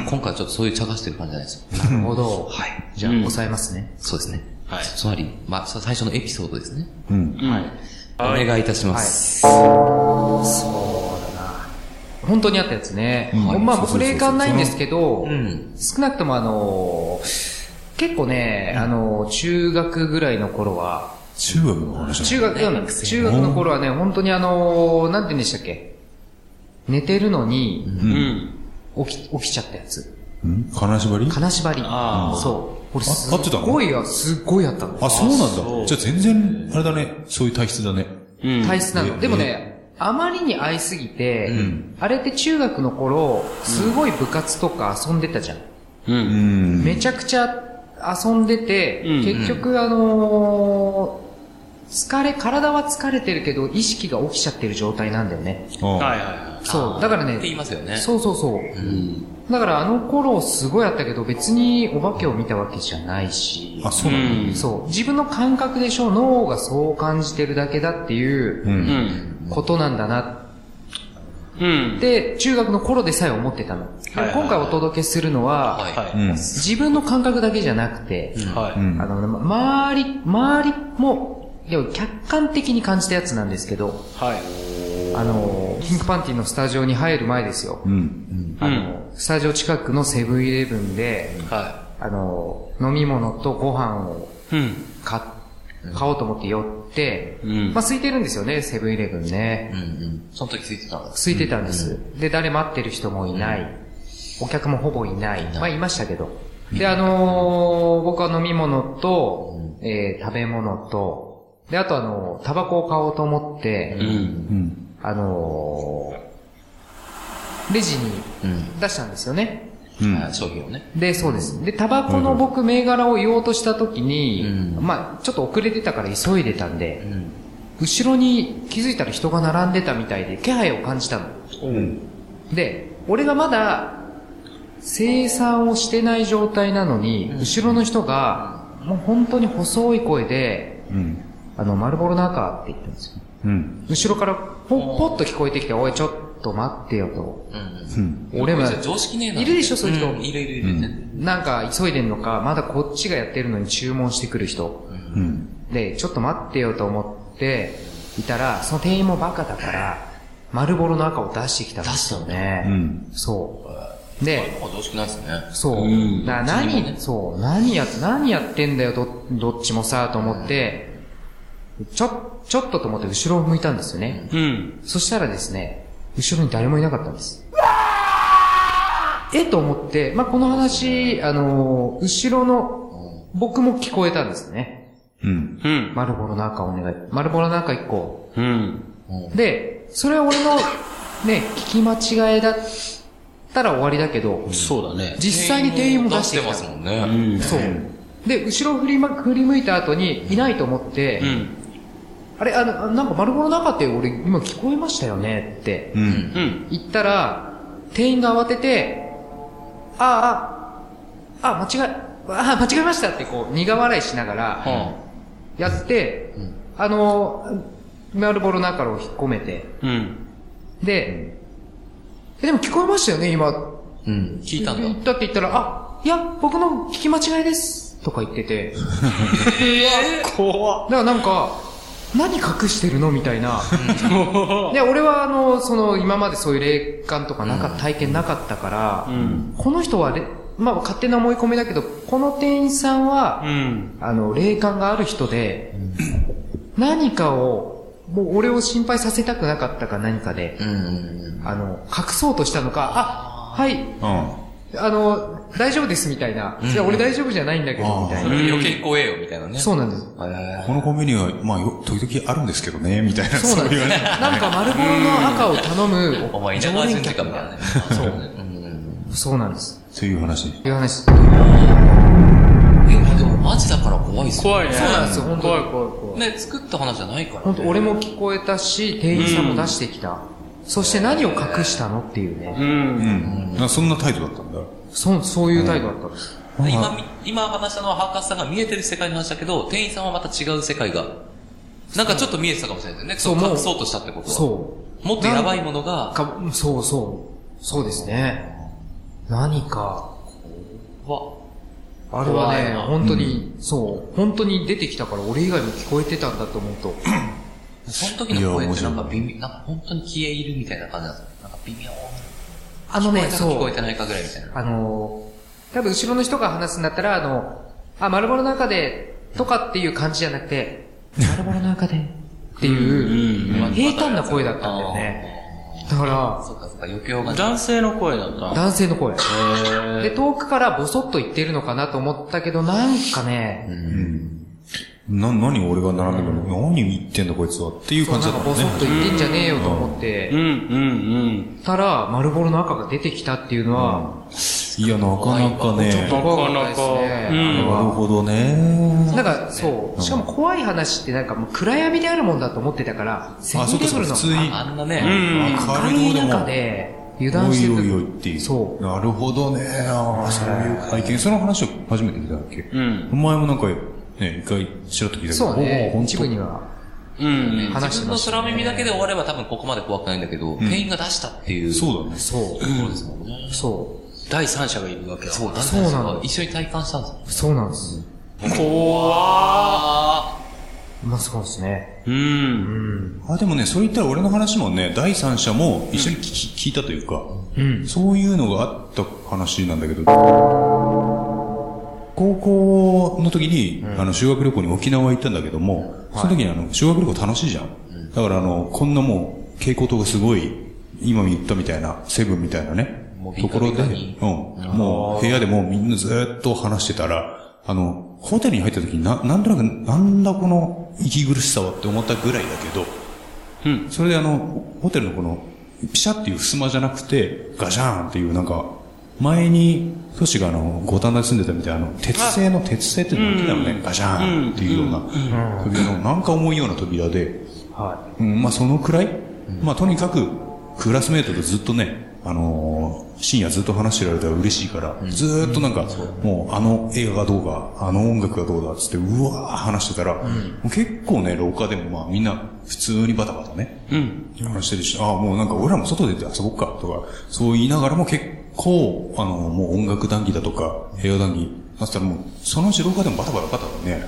Speaker 7: 今回はちょっとそういう茶化してる感じじゃないですか。
Speaker 6: なるほど。
Speaker 7: はい。
Speaker 6: じゃあ、
Speaker 5: うん
Speaker 6: 抑えますね。
Speaker 7: そうですね。
Speaker 5: はい
Speaker 7: つまり、まあ、さ最初のエピソードですね。
Speaker 4: うん。
Speaker 5: うん。
Speaker 7: お
Speaker 5: はい
Speaker 7: 願いいたします。
Speaker 6: 本当にあったやつね。
Speaker 4: うん
Speaker 6: まあ、僕霊感ないんですけど、
Speaker 7: うん。
Speaker 6: 少なくともあのー、結構ね、あのー、中学ぐらいの頃は、
Speaker 4: 中学の話
Speaker 6: 中学、うん中学の頃はね、本当にあのー、なんて言うんでしたっけ寝てるのに、
Speaker 5: う
Speaker 4: うん
Speaker 5: ん。
Speaker 6: 起き、起きちゃったやつ。
Speaker 4: うん金縛り
Speaker 6: 金縛り。
Speaker 5: あー
Speaker 6: そう。これ
Speaker 4: あ
Speaker 6: す
Speaker 4: 合ってた
Speaker 6: っ
Speaker 4: の
Speaker 6: ごいや、すっごいやったの。
Speaker 4: あ、そうなん
Speaker 5: そう
Speaker 4: だ。じゃあ全然、あれだね。そういう体質だね。
Speaker 5: うん。
Speaker 6: 体質な
Speaker 4: う
Speaker 6: の。
Speaker 4: ん
Speaker 6: でもね、あまりに会いすぎて、
Speaker 7: ん
Speaker 6: あれって中学の頃、すごい部活とか遊んでたじゃん。
Speaker 5: うん。
Speaker 4: ん
Speaker 6: めちゃくちゃ遊んでて、
Speaker 5: うん
Speaker 6: 結局あのー疲れ、体は疲れてるけど、意識が起きちゃってる状態なんだよね。
Speaker 4: ああ
Speaker 5: はいはいは
Speaker 6: そう。だから
Speaker 7: って言い
Speaker 6: ね、
Speaker 7: ますよね。
Speaker 6: そうそうそう。
Speaker 7: うん。
Speaker 6: だからあの頃すごいあったけど、別にお化けを見たわけじゃないし、
Speaker 4: あ、そう
Speaker 5: い。う
Speaker 4: なんだ。。
Speaker 5: ん。
Speaker 6: そう。自分の感覚でしょ、脳がそう感じてるだけだっていううん
Speaker 5: うんん。
Speaker 6: ことなんだなって
Speaker 5: うん。
Speaker 6: で、中学の頃でさえ思ってたの。で
Speaker 5: はいはい
Speaker 6: 今回お届けするのは、
Speaker 7: はい。
Speaker 5: は
Speaker 4: うん。
Speaker 6: 自分の感覚だけじゃなくて、
Speaker 5: い。は
Speaker 4: う
Speaker 5: い。
Speaker 4: ん
Speaker 6: あの、ま周り、周りも、いや客観的に感じたやつなんですけど、
Speaker 5: はい。
Speaker 6: あの、ピンクパンティのスタジオに入る前ですよ。
Speaker 4: うん。
Speaker 6: あの、スタジオ近くのセブンイレブンで、
Speaker 5: は
Speaker 6: あの、飲み物とご飯を
Speaker 5: い。うん。
Speaker 6: 買っ買おうと思って寄って、
Speaker 7: うん
Speaker 6: まあ空いてるんですよね、セブンイレブンね。
Speaker 7: うんうん。その時ついてたんだ。
Speaker 6: 空いてたんです。で、誰待ってる人もいない。お客もほぼいない。まあ、いましたけど。で、あのー僕は飲み物と、えー食べ物と、で、あとあのータバコを買おうと思って、
Speaker 7: うん。
Speaker 4: うん。
Speaker 6: あのーレジに
Speaker 7: うん。
Speaker 6: 出したんですよね。
Speaker 4: うん。
Speaker 7: あ商品をね。
Speaker 6: で、そうです。で、タバコの僕、銘柄を言おうとした時に、
Speaker 7: うん
Speaker 6: まあ、ちょっと遅れてたから急いでたん
Speaker 7: う
Speaker 6: で、
Speaker 7: ん。
Speaker 6: 後ろに気づいたら人が並んでたみたいで、気配を感じたの。で、俺がまだ、生産をしてない状態なのに、後ろの人が、もう本当に細い声で、
Speaker 4: うん。
Speaker 6: あの、丸ボロナカって言ったんですよ。
Speaker 4: うん。
Speaker 6: 後ろからポッポッと聞こえてきて、おい、ちょっと待ってよと。
Speaker 7: うん。
Speaker 4: うん。
Speaker 6: 俺も
Speaker 7: じゃあ常識ねえな。
Speaker 6: いるでしょそういう人
Speaker 7: んいるいるいるね。
Speaker 6: なんか急いでんのか、まだこっちがやってるのに注文してくる人。
Speaker 4: うん。
Speaker 6: で、ちょっと待ってよと思っていたら、その店員もバカだから、丸ボロの赤を出してきたんですよね。
Speaker 4: うん。
Speaker 6: そう。で、
Speaker 7: あ、常識ないですね。
Speaker 6: そう。
Speaker 7: うん
Speaker 6: だから
Speaker 7: 自分
Speaker 6: 何、
Speaker 7: もね
Speaker 6: そう、何や、何やってんだよ、ど、どっちもさ、と思って、ちょ、ちょっとと思って後ろを向いたんですよね。
Speaker 5: うん。
Speaker 6: そしたらですね、後ろに誰もいなかったんです。えと思って、まあ、この話、あのー後ろの、僕も聞こえたんですね。
Speaker 4: うん。
Speaker 5: うん。
Speaker 6: 丸ボロの赤お願い。丸ボロの赤1個。
Speaker 5: うん。
Speaker 6: で、それは俺の、ね、聞き間違いだったら終わりだけど、
Speaker 5: そうだね。
Speaker 6: 実際に店員も出してきた
Speaker 7: ますもんね。
Speaker 5: うん。
Speaker 6: そう。で、後ろ振り,、ま、振り向いた後にいないと思って、
Speaker 5: うん。
Speaker 6: あれ、あの、あなんか丸ボロの赤って俺今聞こえましたよねって
Speaker 4: う。
Speaker 7: うんん。
Speaker 5: うん。
Speaker 6: 言ったら、店員が慌てて、ああ、ああ、間違え、ああ、間違えましたってこう苦笑いしながら
Speaker 5: は
Speaker 6: やって、あの、丸ボロの赤を引っ込めて、
Speaker 5: あ。うん。
Speaker 6: で、えでも聞こえましたよね、今。
Speaker 7: うん。聞いたん
Speaker 6: 言っ
Speaker 7: だ。
Speaker 6: たって言ったら、あ、いや、僕の聞き間違いです。とか言ってて。怖だからなんか、何隠してるのみたいな。で、俺はあの、その、今までそういう霊感とかなんか体験なかったから、
Speaker 5: うん。
Speaker 6: この人はれ、まあ勝手な思い込みだけど、この店員さんは、
Speaker 5: うん。
Speaker 6: あの、霊感がある人で、何かを、もう俺を心配させたくなかったか何かで、
Speaker 7: うん。
Speaker 6: あの、隠そうとしたのか、あ、はい、あの、大丈夫ですみたいな。いや、俺大丈夫じゃないんだけど、みたいな。
Speaker 7: 余計怖えよ、みたいなね。
Speaker 6: そうなんです。
Speaker 7: へ
Speaker 4: このコンビニは、まあ、よ時々あるんですけどね、みたいな、
Speaker 6: そうなんです。なんか丸ボロの赤を頼む。
Speaker 7: ーお前、稲川淳二か、みたいなね。そう。
Speaker 6: そうなんです。
Speaker 4: そういう話。
Speaker 6: いう話。
Speaker 7: え、でもマジだから怖いっす
Speaker 5: 怖いね。
Speaker 7: ね。
Speaker 6: そうなんですよ、本当
Speaker 5: 怖い
Speaker 6: 怖い怖い。
Speaker 7: ね、作った話じゃないからね。
Speaker 6: 本当俺も聞こえたし、店員さんも出してきた。そして何を隠したのっていう
Speaker 5: う。
Speaker 6: ね。
Speaker 4: うんん。なそんな態度だったんだ。
Speaker 6: そう、そういう態度だったんです。
Speaker 7: 今み、今話したのは博士さんが見えてる世界の話だけど、店員さんはまた違う世界が。なんかちょっと見えてたかもしれないです
Speaker 6: そ
Speaker 7: よ
Speaker 6: う
Speaker 7: ね。
Speaker 6: もう
Speaker 7: 隠そうとしたってことは。。
Speaker 6: そう
Speaker 7: もっとやばいもの
Speaker 6: う。
Speaker 7: が、
Speaker 6: か、そうそう。そうですね。何か。
Speaker 7: わ、
Speaker 6: あれは
Speaker 7: 怖い
Speaker 6: ね、
Speaker 7: な
Speaker 6: 本当に、そう、本当に出てきたから俺以外も聞こえてたんだと思うと。
Speaker 7: その時の声ってなん
Speaker 4: いや面白
Speaker 7: か微妙、なんか本当に消え入るみたいな感じなんですよ。なんか微妙。
Speaker 6: あのね、
Speaker 7: 聞
Speaker 6: そう。
Speaker 7: こえたか聞こえてないかぐらいみたいな。
Speaker 6: あのー、多分後ろの人が話すんだったら、あの、あ、丸ボロの中で、とかっていう感じじゃなくて、丸ボロの中で、っていう、平坦な声だったんだよね。だか
Speaker 7: そっかそっか、余興がね。
Speaker 5: 男性の声だった
Speaker 6: ら、
Speaker 5: な。
Speaker 6: 男性の声。で、遠くからボソッと言ってるのかなと思ったけど、なんかね、
Speaker 4: な、何俺が並んでるの、何言ってんだこいつはっていう
Speaker 6: そう
Speaker 4: 感じ
Speaker 6: な
Speaker 4: だっ
Speaker 6: んか
Speaker 4: た
Speaker 6: ボ
Speaker 4: もん
Speaker 6: ソ
Speaker 4: ね
Speaker 6: ッ。と言ってんじゃねえよと思っ
Speaker 5: うん、う
Speaker 6: て、
Speaker 5: ん、
Speaker 6: たら、丸ボロの赤が出てきたっていうのは、
Speaker 4: いや、なかなか
Speaker 5: う
Speaker 4: ね
Speaker 5: ん。な。かな
Speaker 6: 怖かったで
Speaker 5: か。
Speaker 6: す
Speaker 5: う
Speaker 6: ね
Speaker 5: ん。
Speaker 4: なるほどね。
Speaker 6: なんか、そう。しかも怖い話ってなんかもう暗闇であるもんだと思ってたから、セ
Speaker 4: あ、
Speaker 6: ブ
Speaker 4: そ
Speaker 6: ン
Speaker 4: っか
Speaker 6: イレブ
Speaker 4: そっ
Speaker 6: ル
Speaker 4: か、普通に。
Speaker 6: の
Speaker 7: あんな
Speaker 5: う
Speaker 7: ね、
Speaker 5: ん。
Speaker 4: 軽
Speaker 6: 明
Speaker 4: い
Speaker 6: るい
Speaker 4: とこで
Speaker 6: 中
Speaker 4: も。お
Speaker 6: で油断して
Speaker 4: い
Speaker 6: る
Speaker 4: おいおいっていう。
Speaker 6: そう
Speaker 4: なるほどね。ああ、そういう体験。その話を初めて聞いたっけ
Speaker 5: うん。
Speaker 4: お前もなんか、ね、一回ちらっと聞いたけど。
Speaker 6: そうね
Speaker 4: おー。
Speaker 6: 一部に。は。
Speaker 5: うん。
Speaker 6: 話し
Speaker 7: 自分
Speaker 6: てま
Speaker 7: の
Speaker 6: したね
Speaker 7: 空耳だけで終われば多分ここまで怖くないんだけど、店員が出したっていう。
Speaker 4: 本当そうだね。
Speaker 6: そ
Speaker 7: ところですもんね。
Speaker 6: う。そう。
Speaker 5: 第三者がいるわけだ。
Speaker 7: そう、
Speaker 6: そうなの
Speaker 7: 男性が一緒に体感したんですよ。
Speaker 6: そうなんです。
Speaker 5: 怖
Speaker 6: まあそうですね。
Speaker 5: うん。
Speaker 4: あ、でもね、そういったら俺の話もね、第三者も一緒に聞き聞いたというか、そういうのがあった話なんだけど、高校の時に、あの、修学旅行に沖縄行ったんだけども、その時にあの、修学旅行楽しいじゃん。だからあの、こんなもう、蛍光灯がすごい、今言ったみたいな、セブンみたいなね
Speaker 7: もう、ビ
Speaker 4: と
Speaker 7: カ
Speaker 4: ころ
Speaker 7: ビ
Speaker 4: で、
Speaker 7: カ
Speaker 4: うん。
Speaker 7: に
Speaker 4: もう、部屋でもうみんなずーっと話してたら、あの、ホテルに入った時にな、なんとなく、なんだこの息苦しさはって思ったぐらいだけど、
Speaker 5: うん。
Speaker 4: それであの、ホテルのこの、ピシャっていう襖じゃなくて、ガシャーンっていうなんか、前に、都市があの、五反田に住んでたみたいな、あの、鉄製の、鉄製っていうのがあったよね、ガシャーンっていうような、扉の、なんか重いような扉で、
Speaker 6: は
Speaker 4: うん、まあそのくらい、まあとにかく、クラスメートとずっとね、あのー深夜ずっと話してられたら嬉しいから、ずーっとなんか、もうあの映画がどうか、あの音楽がどうだっつって、うわー話してたら、もう結構ね、廊下でもまあみんな普通にバタバタね、話してるし、ああ、もうなんか俺らも外出て遊ぼっか、とか、そう言いながらも結構、あの、もう音楽談義だとか、平和談義、だったらもう、そのうち廊下でもバタバタバタバタね、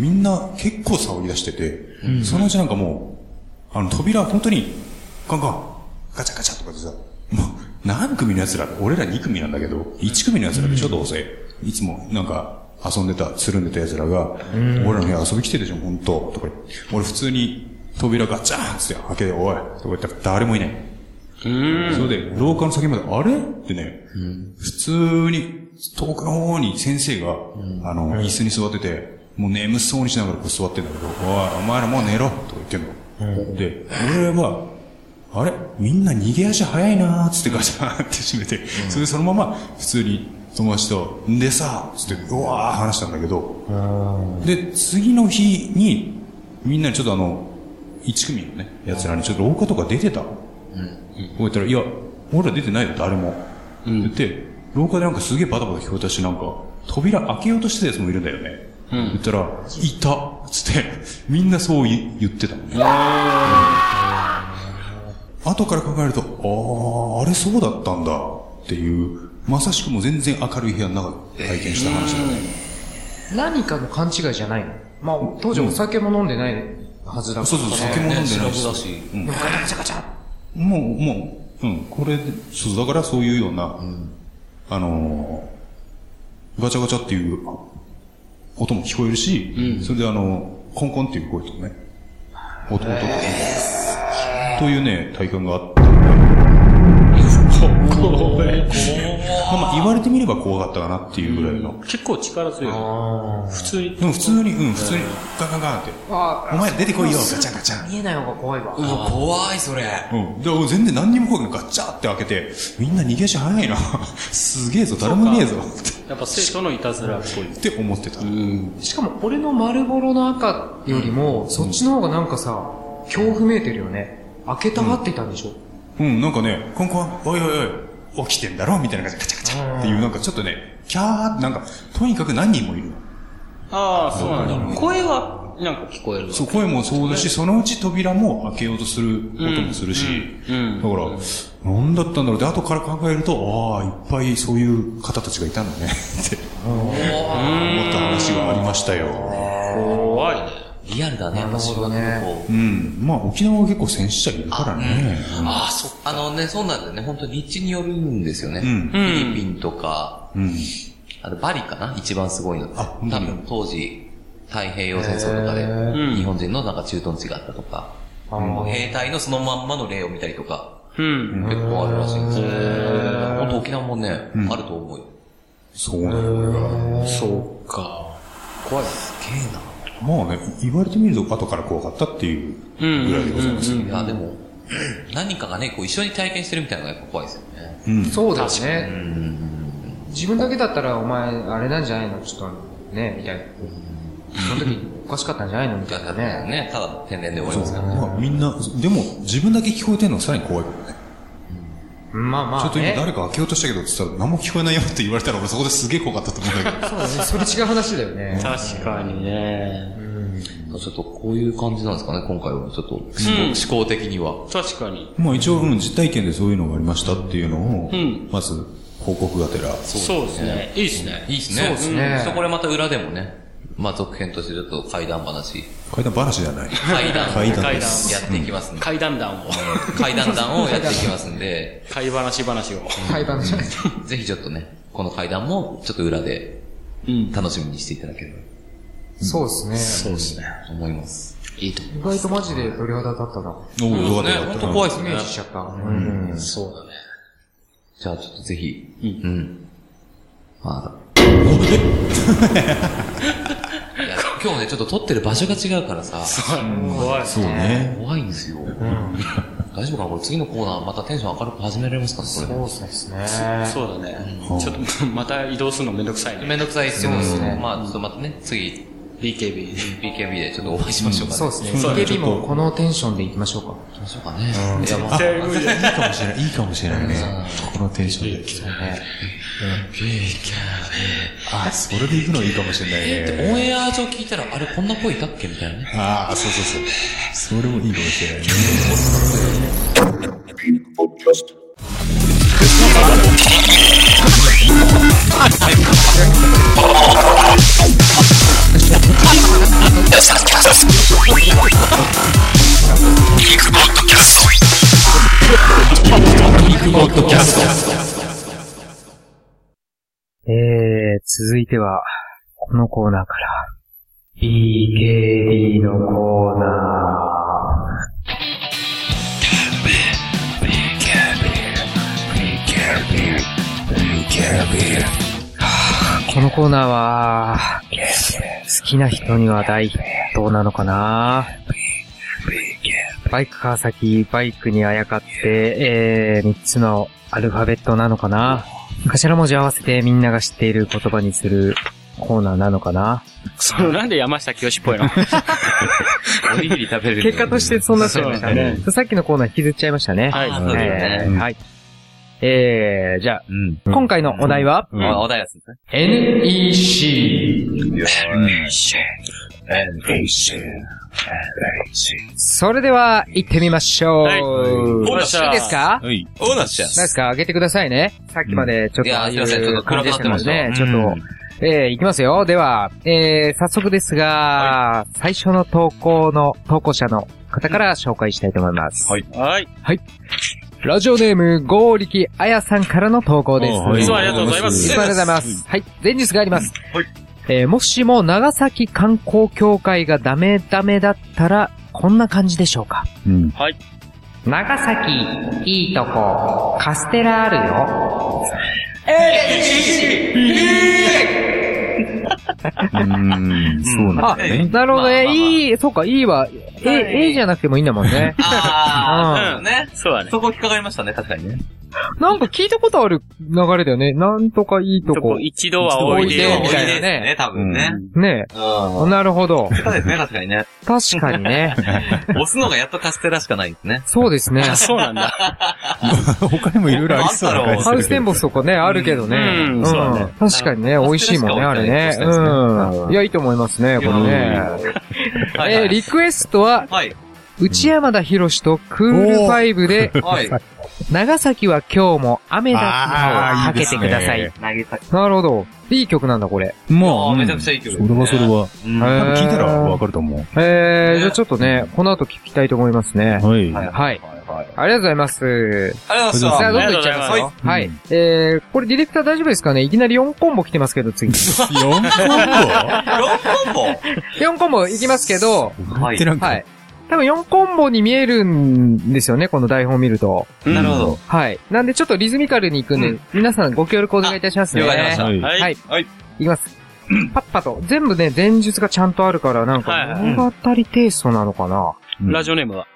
Speaker 4: みんな結構騒ぎ出してて、そのうちなんかもう、あの、扉本当に、カンカン、ガチャガチャとかでさ、もう、何組の奴ら、俺ら2組なんだけど、1組の奴らでしょ、どうせ。いつも、なんか、遊んでた、つるんでた奴らが、俺らの部屋遊び来てるでしょ、本当とか言って俺普通に、扉ガチャーンっつって開けて、おいとか言ったら誰もいない。それで、廊下の先まで、あれってね、普通に、遠くの方に先生が、あの、椅子に座ってて、もう眠そうにしながらこう座ってんだけど、おい、お前らもう寝ろとか言ってんの。で、俺は、あれみんな逃げ足早いなーっつってガチャーンって閉めて、それでそのまま普通に友達と、んでさーっつって、うわー話したんだけど、で、次の日に、みんなにちょっとあの、1組のね、奴らにちょっと廊下とか出てた。こう言ったら、いや、俺ら出てないよ、誰も。って言って、廊下でなんかすげえバタバタ聞こえたし、なんか、扉開けようとしてたやつもいるんだよね。言ったら、いたつって、みんなそう言言ってたのね。後から考えると、ああ、あれそうだったんだっていう、まさしくもう全然明るい部屋の中で体験した話だね。
Speaker 6: い。何かの勘違いじゃないのまあ、当時お酒も飲んでないはずだから、ね。
Speaker 4: そうそう、酒も飲んでないし。
Speaker 7: だし。
Speaker 4: うん
Speaker 6: でもガチャガチャガチャ
Speaker 4: もう、もう、うん、これで、そう、だからそういうような、あのーガチャガチャっていう音も聞こえるし、それであのコンコンっていう声とかね、音もとか、というね、体感があった。まあまあ、言われてみれば怖かったかなっていうぐらいの。
Speaker 5: 結構力強い。普通に。
Speaker 4: でも普通に、うん、普通に、ガンガンガンって。
Speaker 6: あ
Speaker 4: お前ら出てこいよ、ガチャガチャ。
Speaker 6: 見えない方が怖いわ。
Speaker 7: うわ、怖い、それ。
Speaker 4: うん。で、俺全然何にも声がガチャって開けて、みんな逃げ足早いな。 すげえぞ、誰もねえぞ。っ
Speaker 5: やっぱ生徒のいたずらっぽい。
Speaker 4: て思ってた。
Speaker 6: しかも俺の丸ボロの赤よりも、そっちの方がなんかさ、恐怖めいてるよね。開けたがってたんでしょ、
Speaker 4: うん、なんかね、コンコン、おいおいおい、起きてんだろみたいな感じでガチャガチャっていう、なんかちょっとね、キャーって、なんか、とにかく何人もいるの。
Speaker 5: ああ、そうなんだ。声は、なんか聞こえるわ。
Speaker 4: そう、声もそうだし、そのうち扉も開けようとする音もするし、だから、何だったんだろうって、後から考えると、ああ、いっぱいそういう方たちがいたんだね、 って思った話がありましたよ。
Speaker 5: 怖いね。
Speaker 7: リアルだね、
Speaker 6: なるほどね
Speaker 7: 修学旅行
Speaker 4: うん。まあ、沖縄は結構戦死者いるからね。
Speaker 7: ああ、そっあのね、そうなんだよね。本当に立地によるんですよね。
Speaker 4: うん
Speaker 7: フィリピンとか、
Speaker 4: うん。
Speaker 7: あとバリかな一番すごいのって。
Speaker 4: あ
Speaker 7: 多
Speaker 4: 本当に
Speaker 7: 分当時、太平洋戦争とかで、
Speaker 5: ん
Speaker 7: 日本人のなんか駐屯地があったとか、もう兵隊のそのまんまの例を見たりとか、
Speaker 5: うん。
Speaker 7: 結構あるらしいんですよ。本当沖縄もね、あると思うよ。
Speaker 4: そうなのよ。
Speaker 5: そうか。
Speaker 7: 怖い。すげえな。
Speaker 4: まあね、言われてみると後から怖かったっていうぐらいでございます。
Speaker 7: いや、でも、何かがね、こう一緒に体験してるみたいなのがやっぱ怖いですよね。
Speaker 4: うん。
Speaker 6: そうだよね。自分だけだったら、お前、あれなんじゃないのちょっと、ね、みたいな。その時、おかしかったんじゃないのみたいなね。
Speaker 7: ね、ただの天然で終わり
Speaker 4: そう
Speaker 7: ますからね。
Speaker 4: まあみんな、でも自分だけ聞こえてるのはさらに怖いけどね。
Speaker 6: まあまあ、
Speaker 4: ち
Speaker 6: ね。
Speaker 4: ょっと今誰か開けようとしたけどって言ったら何も聞こえないよって言われたら俺そこですげえ怖かったと思うんだけど。
Speaker 6: そうだね。それ違う話だよね。
Speaker 5: 確かにね。
Speaker 7: ちょっとこういう感じなんですかね、今回は。ちょっと、思考思考的には。
Speaker 5: 確かに。
Speaker 4: まあ一応、うん、実体験でそういうのがありましたっていうのを
Speaker 5: ん、
Speaker 4: まず報告がてら。
Speaker 5: そうですね。いいですね。
Speaker 7: いいですね。
Speaker 6: そうですね
Speaker 7: んちょっとこれまた裏でもね、まあ続編としてちょっと怪談話、
Speaker 4: 階段話じゃない。
Speaker 7: 怪談
Speaker 4: 階
Speaker 7: や
Speaker 4: 段
Speaker 5: 階
Speaker 4: で
Speaker 5: 段
Speaker 4: す。
Speaker 7: っていきますんで、
Speaker 5: 階段談を。
Speaker 7: 怪談談をやっていきますんで、
Speaker 5: 怪話話を。
Speaker 6: 会話の話。
Speaker 7: ぜひちょっとね、この怪談もちょっと裏で
Speaker 5: うん。
Speaker 7: 楽しみにしていただければ
Speaker 6: そうですね。
Speaker 5: うですね。
Speaker 7: と思います。いいと思
Speaker 6: 意外とマジで鳥肌立ったな。
Speaker 4: おーよかったよか
Speaker 7: ね、
Speaker 4: っ
Speaker 7: 本
Speaker 4: た
Speaker 7: 当怖いです
Speaker 6: イ
Speaker 7: ね
Speaker 6: メ。ージしちゃった。うん。
Speaker 7: そうだね。じゃあちょっとぜひ、
Speaker 5: うん
Speaker 7: ん。まだ。いや今日ね、ちょっと撮ってる場所が違うからさ、
Speaker 5: 怖い。
Speaker 4: そうね。
Speaker 7: 怖いんですよ。大丈夫かなこれ次のコーナーまたテンション明るく始められますかねこ
Speaker 6: そうですね。
Speaker 5: そうだね。ちょっと、また移動するのめんどくさい
Speaker 7: れ。
Speaker 5: ね。
Speaker 7: めんどくさいですよ。
Speaker 6: そうですね
Speaker 7: まあ、ちょっとまたね、次、
Speaker 5: BKB。
Speaker 7: BKB でちょっとお会いしましょうかね。
Speaker 6: そうですね。
Speaker 4: そうだね
Speaker 6: BKB もこのテンションでいきましょうか。
Speaker 7: 行きましょうかね。いや、まあ、
Speaker 5: 全
Speaker 4: いいかもしれない、いいかもしれないね。このテンションで。あ、それで行くのいいかもしれないね。
Speaker 7: オンエア上聞いたら、あれ、こんな声いたっけみたいなね。
Speaker 4: ああ、そうそうそう。それもいいかもしれないね。
Speaker 6: えー、続いては、このコーナーから。BKB のコーナー。このコーナーは、好きな人には大ヒットなのかなバイク川崎、バイクにあやかって、えー、3つのアルファベットなのかな頭文字合わせてみんなが知っている言葉にするコーナーなのかな
Speaker 5: そのなんで山下清っぽいの
Speaker 7: おにぎり食べれる。
Speaker 6: 結果としてそうなっちゃいましたね。さっきのコーナー引きずっちゃいましたね。
Speaker 5: はい
Speaker 7: あそうだよね。
Speaker 6: ねはい。えー、じゃあ、
Speaker 7: うん。
Speaker 6: 今回のお題は、
Speaker 7: まあ、お題ですね。
Speaker 6: NEC。それでは、行ってみましょう。
Speaker 5: はい
Speaker 6: よろしいですか
Speaker 4: はい。
Speaker 7: オーナーしゃ
Speaker 6: 何ですか上げてくださいね。さっきまでちょっ
Speaker 7: い
Speaker 6: と
Speaker 7: や
Speaker 6: ああいう
Speaker 7: すいませんちょっと
Speaker 6: 感
Speaker 7: 暗くな
Speaker 6: じで
Speaker 7: っ
Speaker 6: し
Speaker 7: たて
Speaker 6: の
Speaker 7: まし
Speaker 6: で
Speaker 7: た
Speaker 6: ね、ちょっと、えー、いきますよ。では、えー、早速ですが、最初の投稿の、投稿者の方から紹介したいと思います。
Speaker 3: はい
Speaker 5: はい。
Speaker 6: ラジオネーム、ゴーリキあやさんからの投稿です。
Speaker 4: あはい
Speaker 5: つもありがとうございま
Speaker 6: い
Speaker 5: す
Speaker 6: つもありがとうございます。はい。前日があります。
Speaker 3: はい
Speaker 6: えーもしも長崎観光協会がダメダメだったら、こんな感じでしょうか
Speaker 4: うん。
Speaker 6: 長崎、いいとこ、カステラあるよ。
Speaker 4: うん、そうなん
Speaker 6: あ、
Speaker 4: だよね。
Speaker 6: なるほど
Speaker 7: まあまあま
Speaker 6: ね。
Speaker 7: あ。
Speaker 6: いい、そうか、いいは、え、えじゃなくてもいいんだもんね
Speaker 7: ああ、ね。
Speaker 5: そうだね。
Speaker 7: そこ引っかかりましたね、確かにね。
Speaker 6: なんか聞いたことある流れだよね。なんとかいいと
Speaker 5: そこ
Speaker 6: こ。
Speaker 5: 一度はおいで
Speaker 6: 一度は
Speaker 5: よ
Speaker 6: おい。で
Speaker 7: ですね、多分ね。
Speaker 6: ね
Speaker 7: うん。そ
Speaker 6: え。なるほ
Speaker 7: う
Speaker 6: ど。
Speaker 7: ですね、確かにね。
Speaker 6: 確かにね。
Speaker 7: 押すのがやっとカステラしかないですね。
Speaker 6: そうですね。
Speaker 5: あ、そうなんだ。
Speaker 4: 他にもいろいろありそうな感じす
Speaker 6: ハ
Speaker 4: る
Speaker 6: ウステンボスとかね、あるけどね。
Speaker 5: うんそうだね
Speaker 6: 確かにね、
Speaker 7: あの
Speaker 6: 美味しいもんね、あ
Speaker 7: カス
Speaker 6: れ
Speaker 7: テラ
Speaker 6: ね
Speaker 7: し。か置いてない
Speaker 6: うん。いや、いいと思いますね、これね。
Speaker 7: はい
Speaker 6: えー、リクエストは、
Speaker 7: はい。
Speaker 6: 内山田博士とクールファイブで、
Speaker 7: はい。
Speaker 6: 長崎は今日も雨だ
Speaker 4: あー
Speaker 6: ったをかけてく ださ
Speaker 4: いい
Speaker 6: い
Speaker 4: で。
Speaker 7: 投げたく。
Speaker 6: なるほど。いい曲なんだ、これ。
Speaker 4: ま
Speaker 7: あ
Speaker 4: あ、
Speaker 7: ーめちゃくちゃいい曲です
Speaker 4: そ
Speaker 7: ね
Speaker 4: れはそれは。
Speaker 7: うん。
Speaker 6: は
Speaker 7: は
Speaker 4: 多分聞いたらわかると思
Speaker 6: えー、じゃあちょっとね、この後聞きたいと思いますね
Speaker 4: う。。はい。
Speaker 7: い。
Speaker 6: はい。
Speaker 7: はい。
Speaker 6: ありがとうございます。
Speaker 7: ありがとうござい
Speaker 6: じゃあ、ど
Speaker 7: ます。
Speaker 6: んどんいっちゃいますよ。
Speaker 4: あ
Speaker 6: は
Speaker 4: り
Speaker 6: い
Speaker 4: がと。
Speaker 6: えー、これディレクター大丈夫ですかねいきなり4コンボ来てますけど、次。
Speaker 4: 4
Speaker 7: ロンコン
Speaker 6: 4コンボいきますけど、
Speaker 7: ボは
Speaker 4: 個ってなん
Speaker 6: は
Speaker 4: か
Speaker 6: い、。多分4コンボに見えるんですよね、この台本見ると。
Speaker 7: なるほど。
Speaker 6: はい。なんでちょっとリズミカルに行くんで、
Speaker 7: う
Speaker 6: 皆さんご協力お願いいたしますね。
Speaker 7: あ了解しました
Speaker 4: は
Speaker 5: は
Speaker 4: い。
Speaker 5: い。
Speaker 6: は
Speaker 5: はいい。
Speaker 6: いきます。パッパと。全部ね、前述がちゃんとあるから、な
Speaker 5: は
Speaker 6: ん
Speaker 5: い
Speaker 6: か
Speaker 5: はい
Speaker 6: 物語テイストなのかな、
Speaker 5: ラジオネームは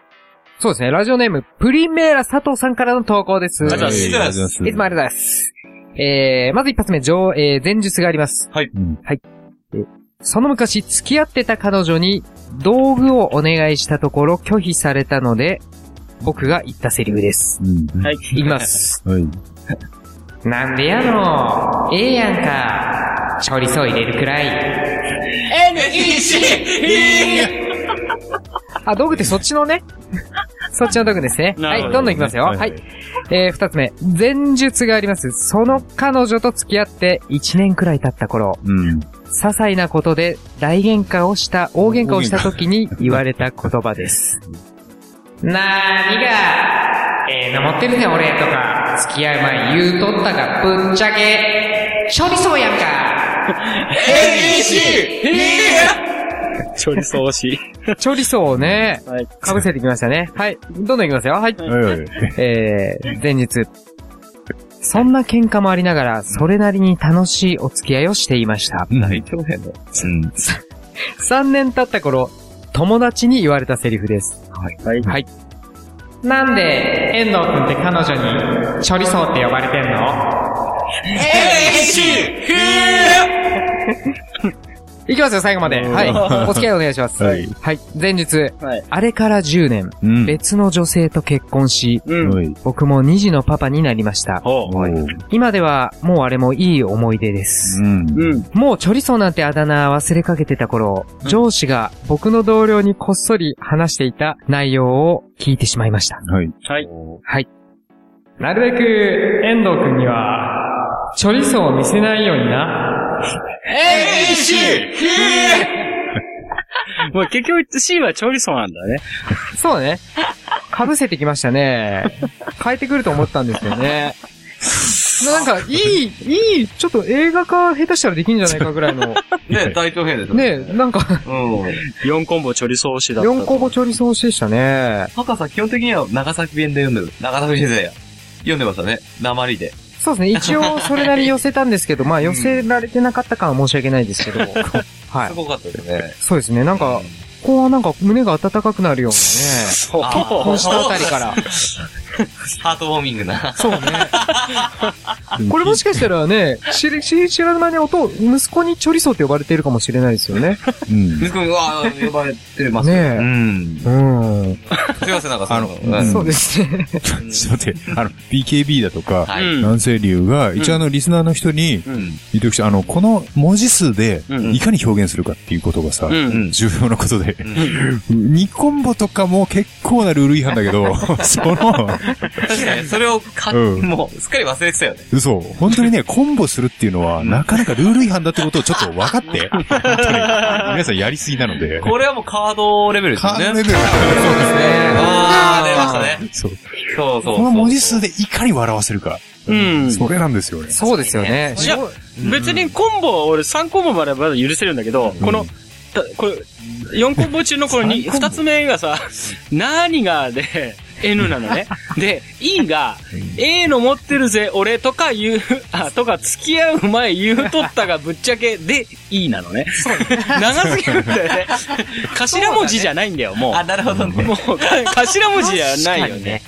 Speaker 6: そうですね、ラジオネーム、プリメーラ佐藤さんからの投稿です。
Speaker 5: ありがとうございます
Speaker 4: はい
Speaker 6: いつもありがとうございます。えー、まず一発目、上、えー、前述があります。
Speaker 4: うん
Speaker 6: その昔、付き合ってた彼女に、道具をお願いしたところ拒否されたので、僕が言ったセリフです。
Speaker 4: うん
Speaker 5: はい。
Speaker 6: いき ます。
Speaker 4: はい。
Speaker 6: なんでやのええやんか。ちょりそ入れるくらい。あ、道具ってそっちのね。そっちの道具ですね。
Speaker 5: な
Speaker 6: は
Speaker 5: る
Speaker 6: い、
Speaker 5: ほ
Speaker 6: ど
Speaker 5: ど
Speaker 6: んどんいきますよ。
Speaker 4: は
Speaker 6: はいい。えー、二つ目。前述があります。その彼女と付き合って一年くらい経った頃、
Speaker 4: うん。
Speaker 6: 些細なことで大喧嘩をした、大喧嘩をした時に言われた言葉です。なーにが、ええの持ってるね俺 とか、付き合う前言うとったがぶっちゃけ、処理そうやんか。
Speaker 5: ちょりそう し。
Speaker 6: チョリソーをね、
Speaker 5: はい。
Speaker 6: かぶせてきました ね。はい。どんどんいきますよ。はい。えー、前日。そんな喧嘩もありながら、それなりに楽しいお付き合いをしていました。
Speaker 7: 泣いてもへんの。うん。
Speaker 6: 3年経った頃、友達に言われたセリフです。
Speaker 5: はい。
Speaker 6: はい。なんで、遠藤くんって彼女に、チョリソーって呼ばれてんのえいしいきますよ、最後まで。はい。お付き合いお願いします。はい。前日、
Speaker 5: はい
Speaker 6: あれから10年、別の女性と結婚し、
Speaker 5: うん。
Speaker 6: 僕も2児のパパになりました。
Speaker 5: ほ
Speaker 6: 今では、もうあれもいい思い出です。
Speaker 5: う。うん。
Speaker 6: もうチョリソーなんてあだ名忘れかけてた頃、上司が僕の同僚にこっそり話していた内容を聞いてしまいました。
Speaker 5: はい。
Speaker 6: はい。なるべく、遠藤くんには、チョリソーを見せないように な。
Speaker 5: もう結局 C はチョリソーなんだね。
Speaker 6: そうね。被せてきましたね。変えてくると思ったんですよね。なんか、いい、いい、ちょっと映画化下手したらできんじゃないかぐらいの。
Speaker 7: ね大長編でしょ
Speaker 6: ねえ、なんか、
Speaker 7: うん。
Speaker 5: 4コンボチョリソーしだった。
Speaker 6: 4個後チョリソーしでしたね。
Speaker 7: 博士、基本的には長崎弁で読んでる。長崎弁でや。読んでましたね。鉛で。
Speaker 6: そうですね。一応、それなり寄せたんですけど、まあ、寄せられてなかった感は申し訳ないですけど。は
Speaker 7: す
Speaker 6: い。
Speaker 7: ごかったですね。
Speaker 6: そうですね。なんか、こうはなんか胸が温かくなるようなね。
Speaker 5: そう。
Speaker 7: あ
Speaker 6: この下あたりから。
Speaker 7: ハートウォーミングな。
Speaker 6: そうね。これもしかしたらね、知り、知り知らない間に音を、息子にチョリソーって呼ばれているかもしれないですよね。
Speaker 7: 息子に、うわー、呼ばれてます
Speaker 6: ねえ
Speaker 7: うん。
Speaker 6: うん。
Speaker 7: すいません、なんかその、
Speaker 4: あの
Speaker 7: うん
Speaker 6: そうですね。
Speaker 4: ちょっと待って、あの、BKB だとか、
Speaker 7: はい。
Speaker 5: うん。
Speaker 4: 南西流が、一応あの、リスナーの人に
Speaker 7: うん。
Speaker 4: 言ってほしい。あの、この文字数で
Speaker 5: う、ん
Speaker 4: いかに表現するかっていうことがさ
Speaker 5: う、ん。
Speaker 4: 重要なことで、
Speaker 7: うん
Speaker 4: ニコンボとかも結構なルール違反だ けど、その、
Speaker 7: 確かに、それをか、
Speaker 4: うん
Speaker 7: もう、すっかり忘れてたよね。
Speaker 4: 嘘。本当にね、コンボするっていうのは、なかなかルール違反だってことをちょっと分か って、本当に皆さんやりすぎなので。
Speaker 7: これはもうカードレベルですよ
Speaker 4: 完
Speaker 7: ね。
Speaker 4: 全に
Speaker 7: あー、出ましたね。
Speaker 4: そう
Speaker 7: そうそうそう。
Speaker 4: この文字数でいかに笑わせるか。
Speaker 5: うん
Speaker 4: それなんですよね。
Speaker 6: そうですよね。
Speaker 5: いや別にコンボは俺3コンボまではまだ許せるんだけど、この、たこれ、4コンボ中のこの 2, 2つ目がさ、 何がで、N なのね。で、インが、A の持ってるぜ、俺とか言う、あ、とか付き合う前言うとったがぶっちゃけで、E なのね。 長すぎるんだよね。頭文字じゃないんだよ、も
Speaker 7: あ、なるほど
Speaker 5: う。
Speaker 7: ね。
Speaker 5: もう、頭文字じゃないよね。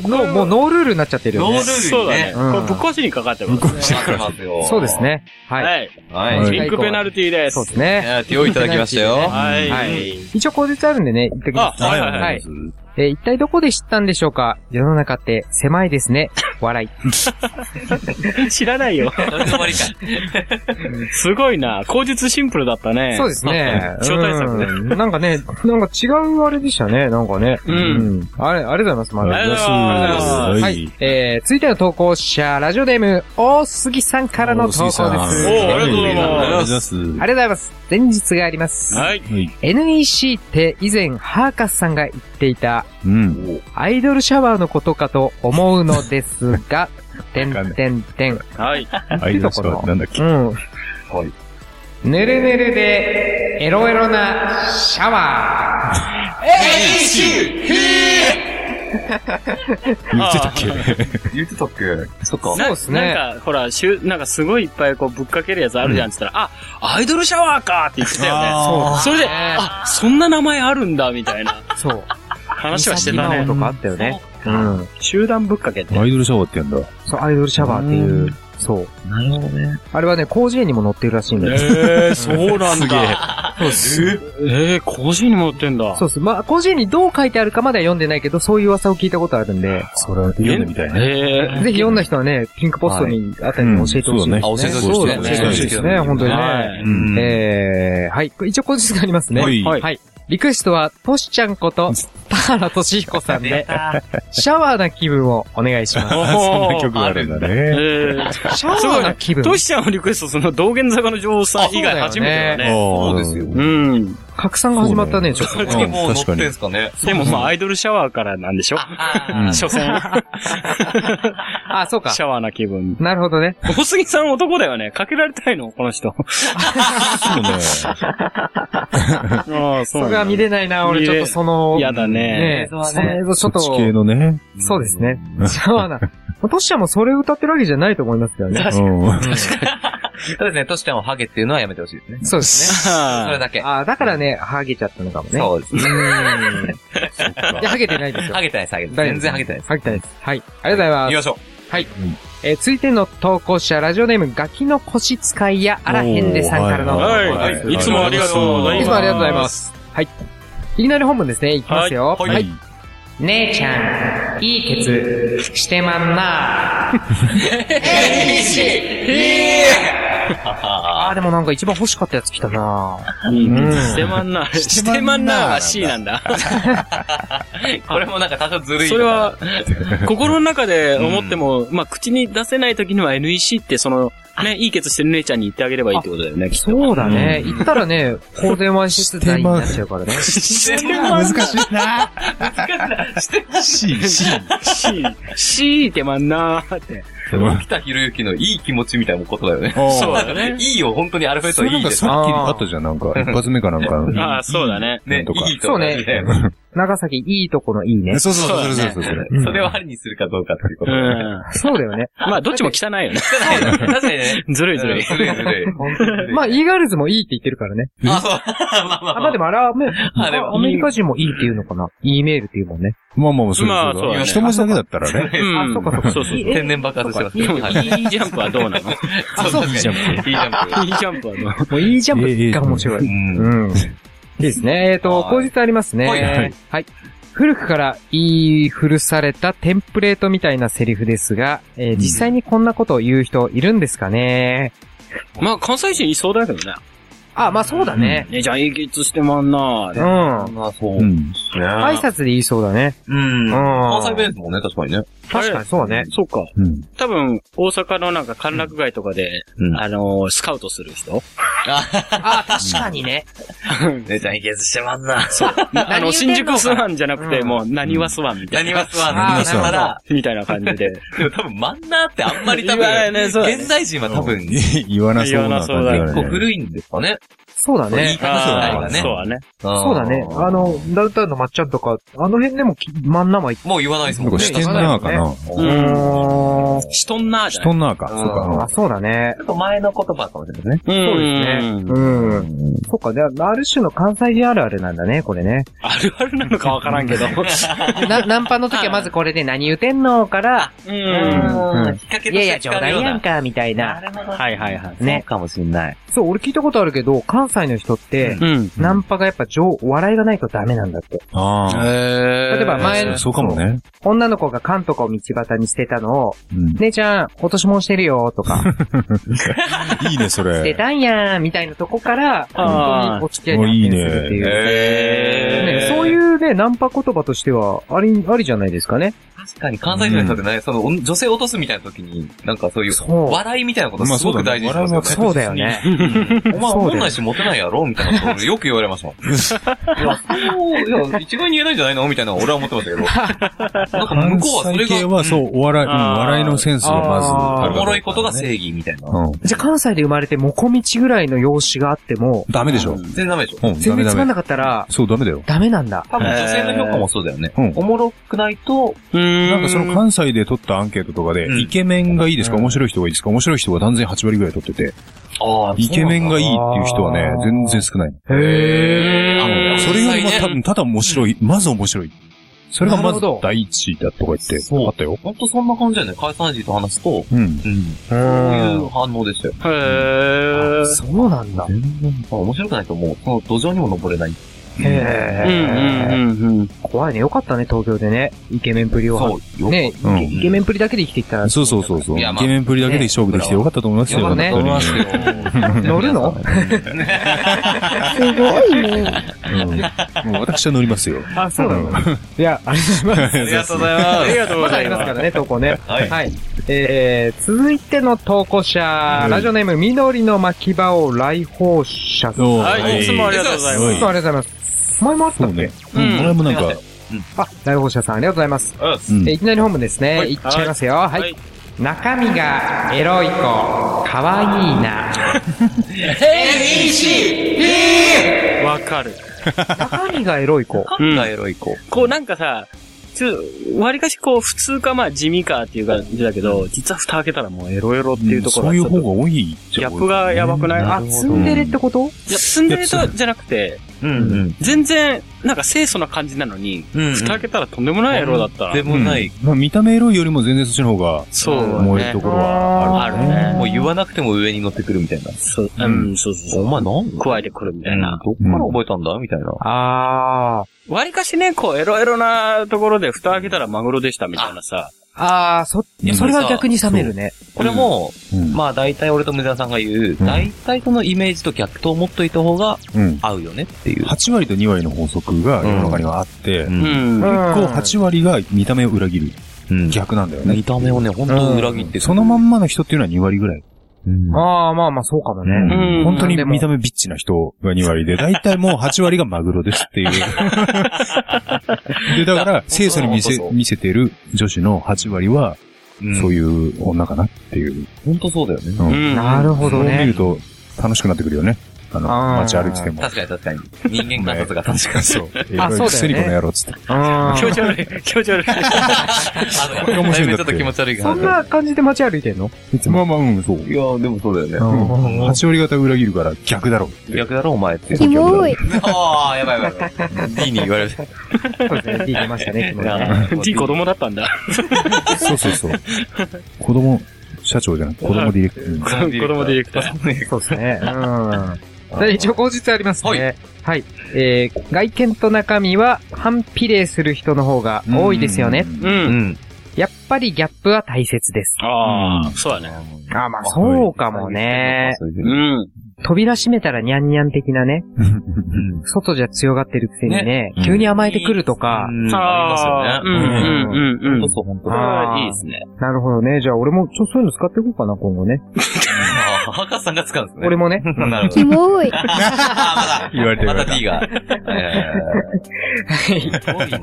Speaker 6: のもうノールールになっちゃってるよ
Speaker 7: ノー
Speaker 6: ね
Speaker 7: ル。ール
Speaker 5: そうだね。
Speaker 6: う
Speaker 5: こ
Speaker 6: ん
Speaker 5: れぶっ壊しにかかってるからね
Speaker 7: 待ってますよ。
Speaker 6: そうです。ね。はい。
Speaker 5: はい。
Speaker 7: は。
Speaker 4: はいい
Speaker 5: ビッグペナルティです
Speaker 6: そう。ですね。
Speaker 7: えー手をいただきましたよ。
Speaker 5: はい。
Speaker 6: はい一応、口実あるんでね、言っておきます。
Speaker 5: あはいはいはい
Speaker 6: はい。えー一体どこで知ったんでしょうか世の中って狭いです ね。笑い。
Speaker 5: 知らないよ。
Speaker 7: それで終わりか。
Speaker 5: すごいな。口実シンプルだったね。。
Speaker 6: そうですね
Speaker 5: 招待作ね
Speaker 6: うんなんかね、なんか違うあれでしたね、なんかね。
Speaker 5: うん
Speaker 6: ん。あれ、ありがとうございます、まだ。
Speaker 5: ありがとうございます
Speaker 4: は。
Speaker 6: はいい。えー、続いての投稿者、ラジオネーム、大杉さんからの投稿です。
Speaker 4: お
Speaker 6: あ
Speaker 5: おーありがとうござい
Speaker 4: ます。
Speaker 6: りがとうございます。前日があります。
Speaker 5: はい。
Speaker 6: NEC って以前、ハーカスさんが言っていた、
Speaker 4: うん。
Speaker 6: アイドルシャワーのことかと思うのですが、てんてんてん。
Speaker 5: はい。
Speaker 4: アイドルスコアなんだっけ
Speaker 6: うん。はい。ぬるぬるで、エロエロなシャワー。
Speaker 4: 言ってたっけ
Speaker 7: 言ってたっけそっか。
Speaker 5: な
Speaker 6: そうっすね
Speaker 5: なんか、ほら、しゅ、なんかすごいいっぱいこうぶっかけるやつあるじゃんって言ったら、あ、アイドルシャワーかって言ってたよ
Speaker 6: あー
Speaker 5: ね。そう。それで、
Speaker 6: ね
Speaker 5: あ、そんな名前あるんだ、みたいな
Speaker 6: そう。
Speaker 5: 話はしてた
Speaker 6: ミサ
Speaker 5: ね
Speaker 6: キ ナオ。とかあったよね。うん。
Speaker 5: 集団ぶっかけって。
Speaker 4: アイドルシャワーってやんだ。
Speaker 6: そう、アイドルシャワーっていう。そう。
Speaker 7: なるほどね。
Speaker 6: あれはね、広辞苑にも載ってるらしいんだよ。
Speaker 5: えー、そうなんだ。えー、甲子園に戻ってんだ。
Speaker 6: そうです。まあ、広辞苑にどう書いてあるかまでは読んでないけど、そういう噂を聞いたことあるんで、
Speaker 4: それは読んでみたいね。
Speaker 5: えー。
Speaker 6: ぜひ読んだ人はね、ピンクポストにあたりに教えてほしい
Speaker 4: うん
Speaker 7: あ、お
Speaker 6: です
Speaker 7: 世話
Speaker 6: ね。そ
Speaker 7: し
Speaker 6: う
Speaker 7: て
Speaker 6: だ
Speaker 7: る
Speaker 6: ね
Speaker 7: ね。
Speaker 6: 教えてほしいですね、本当に
Speaker 5: は
Speaker 6: ね。
Speaker 5: い。
Speaker 4: ん
Speaker 6: えー、はい。これ一応こ日がありますね。
Speaker 4: はい
Speaker 5: はい
Speaker 6: はい。リクエストは、トシちゃんこと、田原俊彦 さんで、シャワーな気分をお願い しま
Speaker 5: お ー
Speaker 4: そんな曲があるんだ
Speaker 5: え
Speaker 4: ね。
Speaker 5: ー、
Speaker 6: す。シャワーな気分。
Speaker 5: トシちゃんをリクエストするのは道玄坂の女王さん以外初めてだね。
Speaker 4: そう
Speaker 7: ですよ。
Speaker 5: うん。
Speaker 6: 拡散が始まったね、ちょっと。
Speaker 8: でもう乗
Speaker 9: 確
Speaker 8: って
Speaker 9: かに
Speaker 8: んすかね。
Speaker 5: でもまあ、アイドルシャワーからなんでしょ
Speaker 9: うん
Speaker 5: 所詮、
Speaker 6: あ、そうか
Speaker 5: シ。ャワーな気分。
Speaker 6: なるほどね。
Speaker 5: 大杉さん男だよね。かけられたいのこの人。
Speaker 9: そうね。
Speaker 5: ああ、そ
Speaker 6: それは見れないな、俺ちょっとその、
Speaker 5: やだね。
Speaker 6: ねえ、その映像ちょっと、
Speaker 9: そっち系のね。
Speaker 6: そうですね。シャワーな。トシちゃんもそれ歌ってるわけじゃないと思いますけどね。
Speaker 9: うん。
Speaker 7: そうですね、トシちゃんをハゲっていうのはやめてほしいですね。
Speaker 6: そうですね。
Speaker 5: ああ
Speaker 7: それだけ。
Speaker 6: ああ、だからね、ハゲちゃったのかもね。
Speaker 7: そうですね。
Speaker 6: いや、ハゲてないですよ。
Speaker 7: ハゲてないです、ハゲてない。全然ハゲてないです。
Speaker 6: ハゲてないです。はい。ありがとうございます。
Speaker 8: 行きましょ
Speaker 6: えー続いての投稿者、ラジオネーム、ガキの腰使いやあらへんでさんからの投稿
Speaker 5: は
Speaker 6: です。
Speaker 5: い、はい。いつもありがとうございます。
Speaker 6: いつもありがとうございま。す。はい。いきなり本文ですね。いきますよ。
Speaker 8: はい
Speaker 6: はい。姉ちゃん、いいケツ、してま んな。えいし、いいあー、でもなんか一番欲しかったやつ来たな
Speaker 5: うんしてま んな。してまんな。C なんだ。
Speaker 7: これもなんか多少ずるい。
Speaker 5: それ、 は、心の中で思っても、まあ、口に出せない時には NEC って、その、ね、いいケツしてる姉ちゃんに言ってあげればいいってことだよね、きっと。
Speaker 6: そうだね。行った らね、こう電話してたになっちゃうからね。
Speaker 5: して まんな。
Speaker 9: しいな。
Speaker 5: C、C、C ってまんなーって。
Speaker 7: 沖田博之のいい気持ちみたいなことだよね。
Speaker 5: そうだね。
Speaker 7: いいよ、本当にアルファベット
Speaker 9: それ
Speaker 7: い
Speaker 9: なん
Speaker 7: いで
Speaker 9: か
Speaker 7: す。
Speaker 9: さっきあったじゃん、なんか。一発目かなん
Speaker 5: あ
Speaker 9: か。
Speaker 5: あ、そうだね。
Speaker 7: ね、いいとかみたいな
Speaker 6: 長崎いいとこのいいね。
Speaker 9: そうそうそうそうそうそう。
Speaker 7: それをありにするかどうかっていうこ
Speaker 5: う
Speaker 7: と。
Speaker 5: ん。
Speaker 6: そうだよ ね。
Speaker 5: まあ、どっちも汚いよね。
Speaker 7: 確かにね。
Speaker 5: ずるいずるい。
Speaker 7: ずるいずるい。
Speaker 6: まあ、イーガールズもいいって言ってるからね。
Speaker 7: あ、そう。 まあま
Speaker 6: あ、
Speaker 7: あ
Speaker 6: まあでもあれはね、
Speaker 7: あでも
Speaker 6: アメリカ人もいいって言うのかな。E メールっていうもんね。
Speaker 9: まあまあまあ、そう
Speaker 5: まあ
Speaker 9: だ
Speaker 5: そう
Speaker 9: そう
Speaker 5: だ
Speaker 9: だ。
Speaker 5: ね
Speaker 9: 一文字だけだった らね。
Speaker 5: うん
Speaker 6: あ、そうかそうか。
Speaker 5: そうそうそう
Speaker 6: え
Speaker 7: 天然爆発してます
Speaker 5: でも、
Speaker 7: はい
Speaker 5: E ジャンプはどうなの ?E
Speaker 7: あ、そうですね。いいジャンプ。
Speaker 5: ジャンプはどう
Speaker 6: もういいジャン
Speaker 9: えええ
Speaker 6: プ
Speaker 9: え
Speaker 6: が面白い。
Speaker 7: うん。
Speaker 6: うん。いいですね。えっ、と、
Speaker 7: はい
Speaker 6: 後日ありますね。
Speaker 7: はいは
Speaker 6: はい。古くから言い古されたテンプレートみたいなセリフですが、えー実際にこんなことを言う人いるんですかね、
Speaker 5: まあ、関西人いそうだけどね。
Speaker 6: あ、まあそうだね。
Speaker 5: 姉ちゃん、いいケツしてまんなー
Speaker 6: う
Speaker 5: で。
Speaker 6: ん。
Speaker 7: まあそう
Speaker 9: う
Speaker 7: ね。
Speaker 9: ん。
Speaker 6: 挨拶で言いそうだね。
Speaker 7: うん。
Speaker 6: うん
Speaker 7: 関西弁ですもんね、確かにね。
Speaker 6: 確かにそうだね。
Speaker 5: そうか。
Speaker 9: うん。
Speaker 5: 多分、大阪のなんか歓楽街とかで、
Speaker 7: うん
Speaker 5: あのースカウトする人
Speaker 6: あ、確かにね。
Speaker 7: 姉ちゃん、いけずしてまんな。
Speaker 5: あの、新宿スワンじゃなくて、
Speaker 6: うん
Speaker 5: もう、何はスワンみたい
Speaker 7: 何
Speaker 5: な。
Speaker 7: はすわ
Speaker 6: あ
Speaker 7: な。
Speaker 6: ー
Speaker 7: ただ、
Speaker 5: みたいな感じで。
Speaker 7: でも多分、マンナーってあんまり多
Speaker 5: 言わない
Speaker 7: 分、
Speaker 5: ねそうだね
Speaker 7: 現代人は多分、結
Speaker 9: 言わなそうな感じだ
Speaker 7: 構
Speaker 9: ね。
Speaker 7: 古いんですかね。
Speaker 6: そうだ
Speaker 7: 言い
Speaker 6: ね。
Speaker 7: 方自体がね。
Speaker 5: そうだね。
Speaker 6: そうだね。あの、ダウンタウンのまっちゃんとか、あの辺でもき真ん中行っ
Speaker 7: もう言わないです
Speaker 9: なん
Speaker 7: もん
Speaker 9: か
Speaker 7: ね
Speaker 9: してんなーかな。
Speaker 5: う。
Speaker 6: うんーん。
Speaker 5: しとんなーじゃない
Speaker 9: しとんなーか。そう
Speaker 6: あ、
Speaker 9: か。
Speaker 6: そうだね。
Speaker 7: ちょっと前の言葉かもしれないですね。
Speaker 5: そ
Speaker 6: そうですね。うん。そっか、で、ある種の関西人あるあるなんだね、これね。
Speaker 5: あるあるなのかわからんけど。
Speaker 6: な、ナンパの時はまずこれで何言うてんのから、
Speaker 5: う。
Speaker 7: うん
Speaker 6: うん
Speaker 7: 引っ掛け
Speaker 6: いやいや、冗談やん
Speaker 7: か。
Speaker 6: か、みたいな。
Speaker 5: はいはいはい。
Speaker 7: ね
Speaker 6: ね。
Speaker 7: かもしれない。
Speaker 6: そう、俺聞いたことあるけど、関西の人って、
Speaker 5: うん。
Speaker 6: ナンパがやっぱ上、笑いがないとダメなんだって。
Speaker 9: あ
Speaker 5: え
Speaker 6: 例えば前
Speaker 9: あ。そうかもね。
Speaker 6: 女の子が缶とかを道端に捨てたのを、
Speaker 9: うん。
Speaker 6: 姉ちゃん、落とし物してるよ、とか、
Speaker 9: いいね、そ
Speaker 6: 捨て
Speaker 9: れ。
Speaker 6: たんやー、みたいなとこから、本当にお付き合い
Speaker 9: もうい
Speaker 6: に
Speaker 9: い
Speaker 6: 発
Speaker 9: ね
Speaker 6: 展するっていう。
Speaker 7: え
Speaker 6: ね、そういうね、ナンパ言葉としては、あり、ありじゃないですかね。
Speaker 7: 確かに関西人の人ってね、その、お女性落とすみたいな時に、なんかそういう、
Speaker 6: そう
Speaker 7: 笑いみたいなことすごく大事にしますよね。
Speaker 6: そうだよね。
Speaker 7: お前、
Speaker 6: そうだよ
Speaker 7: 女ないしモテないやろみたいなことをよく言われました。いや、そう、いや、一概に言えないんじゃないのみたいなのは俺は思ってましたけど。なんか向
Speaker 9: 関
Speaker 7: こうはそれ
Speaker 9: 西系
Speaker 7: が、
Speaker 9: はそう、お笑い、うん
Speaker 5: あー
Speaker 9: 笑いのセンスがまずあ
Speaker 7: お
Speaker 9: るかどうかね。
Speaker 7: もろいことが正義みたいな。
Speaker 9: うん。
Speaker 6: じゃあ関西で生まれて、もこみちぐらいの容姿があっても、
Speaker 9: ダメでしょ。
Speaker 7: 全然ダメでしょ。
Speaker 9: うん、ダ
Speaker 6: 全
Speaker 9: メ
Speaker 6: 然つま
Speaker 9: ダ
Speaker 6: ん
Speaker 9: メ
Speaker 6: な。かったら、
Speaker 9: そう、ダメだよ。
Speaker 6: ダメなんだ。
Speaker 7: 多分女性の評価もそうだよね。
Speaker 9: うん
Speaker 7: おもろくないと、
Speaker 5: な
Speaker 9: なんかその関西で取ったアンケートとかで
Speaker 7: う、ん
Speaker 9: イケメンがいいですか面白い人がいいですか面白い人が断然8割ぐらい取ってて、
Speaker 7: ああ
Speaker 9: イケメンがいいっていう人はね
Speaker 6: あ、ー
Speaker 9: 全然少ない。
Speaker 7: あ
Speaker 9: それよりも
Speaker 7: 実際ね
Speaker 9: 多分、ただ面白い、まず面白い。それがまず
Speaker 6: なるほど
Speaker 9: 第一位だとか言って、
Speaker 7: そう
Speaker 9: あったよ。
Speaker 7: ほんとそんな感じだよね。解散時と話すと、
Speaker 9: うん。
Speaker 7: うん。
Speaker 6: う
Speaker 7: そうい
Speaker 6: ん
Speaker 7: う。反応でしたよ。
Speaker 5: へー。
Speaker 6: そうなんだ。
Speaker 7: 全然、まあ面白くないともう、その土壌にも登れない。
Speaker 5: うん
Speaker 6: へ
Speaker 5: う
Speaker 6: え。
Speaker 5: んうんうん。
Speaker 6: 怖いね。よかったね、東京でね。イケメンプリを。
Speaker 7: そう、よ
Speaker 6: ね、イケ
Speaker 9: うん
Speaker 6: イケメンプリだけで生きてきたら、
Speaker 9: そうそうそうそう。
Speaker 7: いや
Speaker 9: イ
Speaker 7: まあ
Speaker 9: ケメンプリだけで勝負できてよかったと思いますよ。
Speaker 6: よかったね
Speaker 9: 本当に
Speaker 6: 乗る の
Speaker 10: すごいね。
Speaker 9: うんもう私は乗りますよ。
Speaker 6: あ、そうなのいや、ありがとうございます。
Speaker 7: ありがとうございま
Speaker 6: あ
Speaker 7: す。
Speaker 6: りがとうございます。まだありますからね、投稿ね。
Speaker 7: はい
Speaker 6: えー、続いての投稿者、ラジオネーム、緑の巻き場を来訪者さん。い
Speaker 5: はい、いつもありがとうございま
Speaker 6: つもありがとうございます。前もあった
Speaker 9: そ
Speaker 6: っ
Speaker 9: う
Speaker 6: け、
Speaker 9: ね。うん俺もなんか、
Speaker 6: あ、来訪者さん、ありがとうございます。
Speaker 7: あ
Speaker 9: うん
Speaker 6: えーいきなり本文ですね。いっちゃいますよ。はい。
Speaker 5: はい
Speaker 6: 中身がエロい子、かわいい な。
Speaker 5: す。わかる。
Speaker 6: 中身がエロい子。
Speaker 5: うん。
Speaker 7: エロい子。
Speaker 5: こうなんかさ、ちょっと、割かしこう、普通かまあ地味かっていう感じだけど、実は蓋開けたらもうエロエロっていうところ
Speaker 9: そういう
Speaker 5: がちょ
Speaker 9: 方
Speaker 5: っと
Speaker 9: が多い
Speaker 5: ギャップがやばくない
Speaker 6: あ、ツンデレってこと
Speaker 5: いや、ツンデレとじゃなくて、
Speaker 7: うんうん。
Speaker 5: 全然、なんか清楚な感じなのに、
Speaker 7: うん
Speaker 5: 蓋開けたらとんでもないエロだった。
Speaker 7: でもない。
Speaker 9: まあ見た目エロいよりも全然そっちの方が
Speaker 5: そう
Speaker 9: 燃え
Speaker 5: ね
Speaker 9: ると。ころはあ
Speaker 5: あ
Speaker 9: る。
Speaker 5: るね。
Speaker 7: もう言わなくても上に乗ってくるみたいな。
Speaker 5: そう、うん、そうそうそう。
Speaker 7: お前なん
Speaker 5: 加えてくるみたいな。
Speaker 7: どっから覚えたんだみたいな。
Speaker 6: あ
Speaker 5: 割かしね、こう、エロエロなところで蓋開けたらマグロでしたみたいなさ。
Speaker 6: ー。あー、そ、それは逆に冷めるね。
Speaker 7: これも、
Speaker 9: うん
Speaker 7: まあ大体俺と梅沢さんが言う、
Speaker 9: うん
Speaker 7: 大体そのイメージと逆と思っといた方が
Speaker 9: うん。
Speaker 7: 合うよねっていう。
Speaker 9: 8割と2割の法則が世の中にはあって、
Speaker 7: うん
Speaker 9: 結
Speaker 5: うん。
Speaker 9: 構8割が見た目を裏切る。
Speaker 7: うん
Speaker 9: 逆なんだよね。
Speaker 7: 見た目をね、本当裏切ってくる
Speaker 9: そのまんまの人っていうのは2割ぐらい。
Speaker 6: あー、まあまあ、そうかもね。
Speaker 5: うん
Speaker 9: 本当に見た目ビッチな人が2割で、 だいたいもう8割がマグロですっていう。で、だから、清楚に見せ、見せてる女子の8割は、
Speaker 7: うん
Speaker 9: そういう女かなっていう。
Speaker 7: 本当そうだよね。
Speaker 9: うん
Speaker 5: うん。
Speaker 6: なるほ
Speaker 9: そ
Speaker 6: ど
Speaker 9: う見
Speaker 6: ね
Speaker 9: る。と楽しくなってくるよね。あの、
Speaker 6: あー
Speaker 9: 街歩いてても。
Speaker 7: 確かに確かに。人間観察が確かに。
Speaker 9: そう。え
Speaker 6: あそうだよね
Speaker 9: くせにこの野郎っつって。
Speaker 6: うん
Speaker 5: 気持ち悪 い。気持ち悪い。
Speaker 7: あ
Speaker 9: れが面白いんだって
Speaker 7: ちょっと気持ち悪い
Speaker 6: そ
Speaker 7: 感
Speaker 6: ん
Speaker 7: じ。
Speaker 6: な感じで街歩いてんの
Speaker 9: いつもまあまあ、うん、そう。
Speaker 7: いや、でもそうだよね。
Speaker 9: うん、8割方裏切るから逆だろうって。
Speaker 7: 逆だろ、お前って。
Speaker 10: キモい。
Speaker 7: ああ、やばいやばいやばい。D に言われて。
Speaker 6: そうですね。D 出ました ね、気持ちね。
Speaker 5: D 子供だったんだ。
Speaker 9: そうそうそう。子供、社長じゃなくて、子供ディレクター。
Speaker 5: 子供ディレクター。
Speaker 6: そうですね。うん。で一応後日ありますね。はい。えー、外見と中身は反比例する人の方が多いですよね。
Speaker 5: う。
Speaker 7: うんん。
Speaker 6: やっぱりギャップは大切です。
Speaker 5: ああ、そうだね。
Speaker 6: あ、まあそうかもね。
Speaker 7: そういうふう
Speaker 5: う
Speaker 7: に
Speaker 5: ん。
Speaker 6: 扉閉めたらニャンニャン的なね。外じゃ強がってるくせにね、急に甘えてくるとか。
Speaker 7: うんあり
Speaker 5: うん
Speaker 7: ますよね。
Speaker 5: うんうんうん。
Speaker 7: そう、本当
Speaker 6: あ
Speaker 7: だ。
Speaker 6: ー
Speaker 5: いいですね。
Speaker 6: なるほどね。じゃあ俺もちょっとそういうの使っていこうかな、今後ね。
Speaker 7: あー博士さんが使うんですね。
Speaker 6: 俺もね。
Speaker 7: も。なるほど
Speaker 10: キ。モい。
Speaker 7: あーまだ、
Speaker 9: 言われてる
Speaker 7: まだ D が。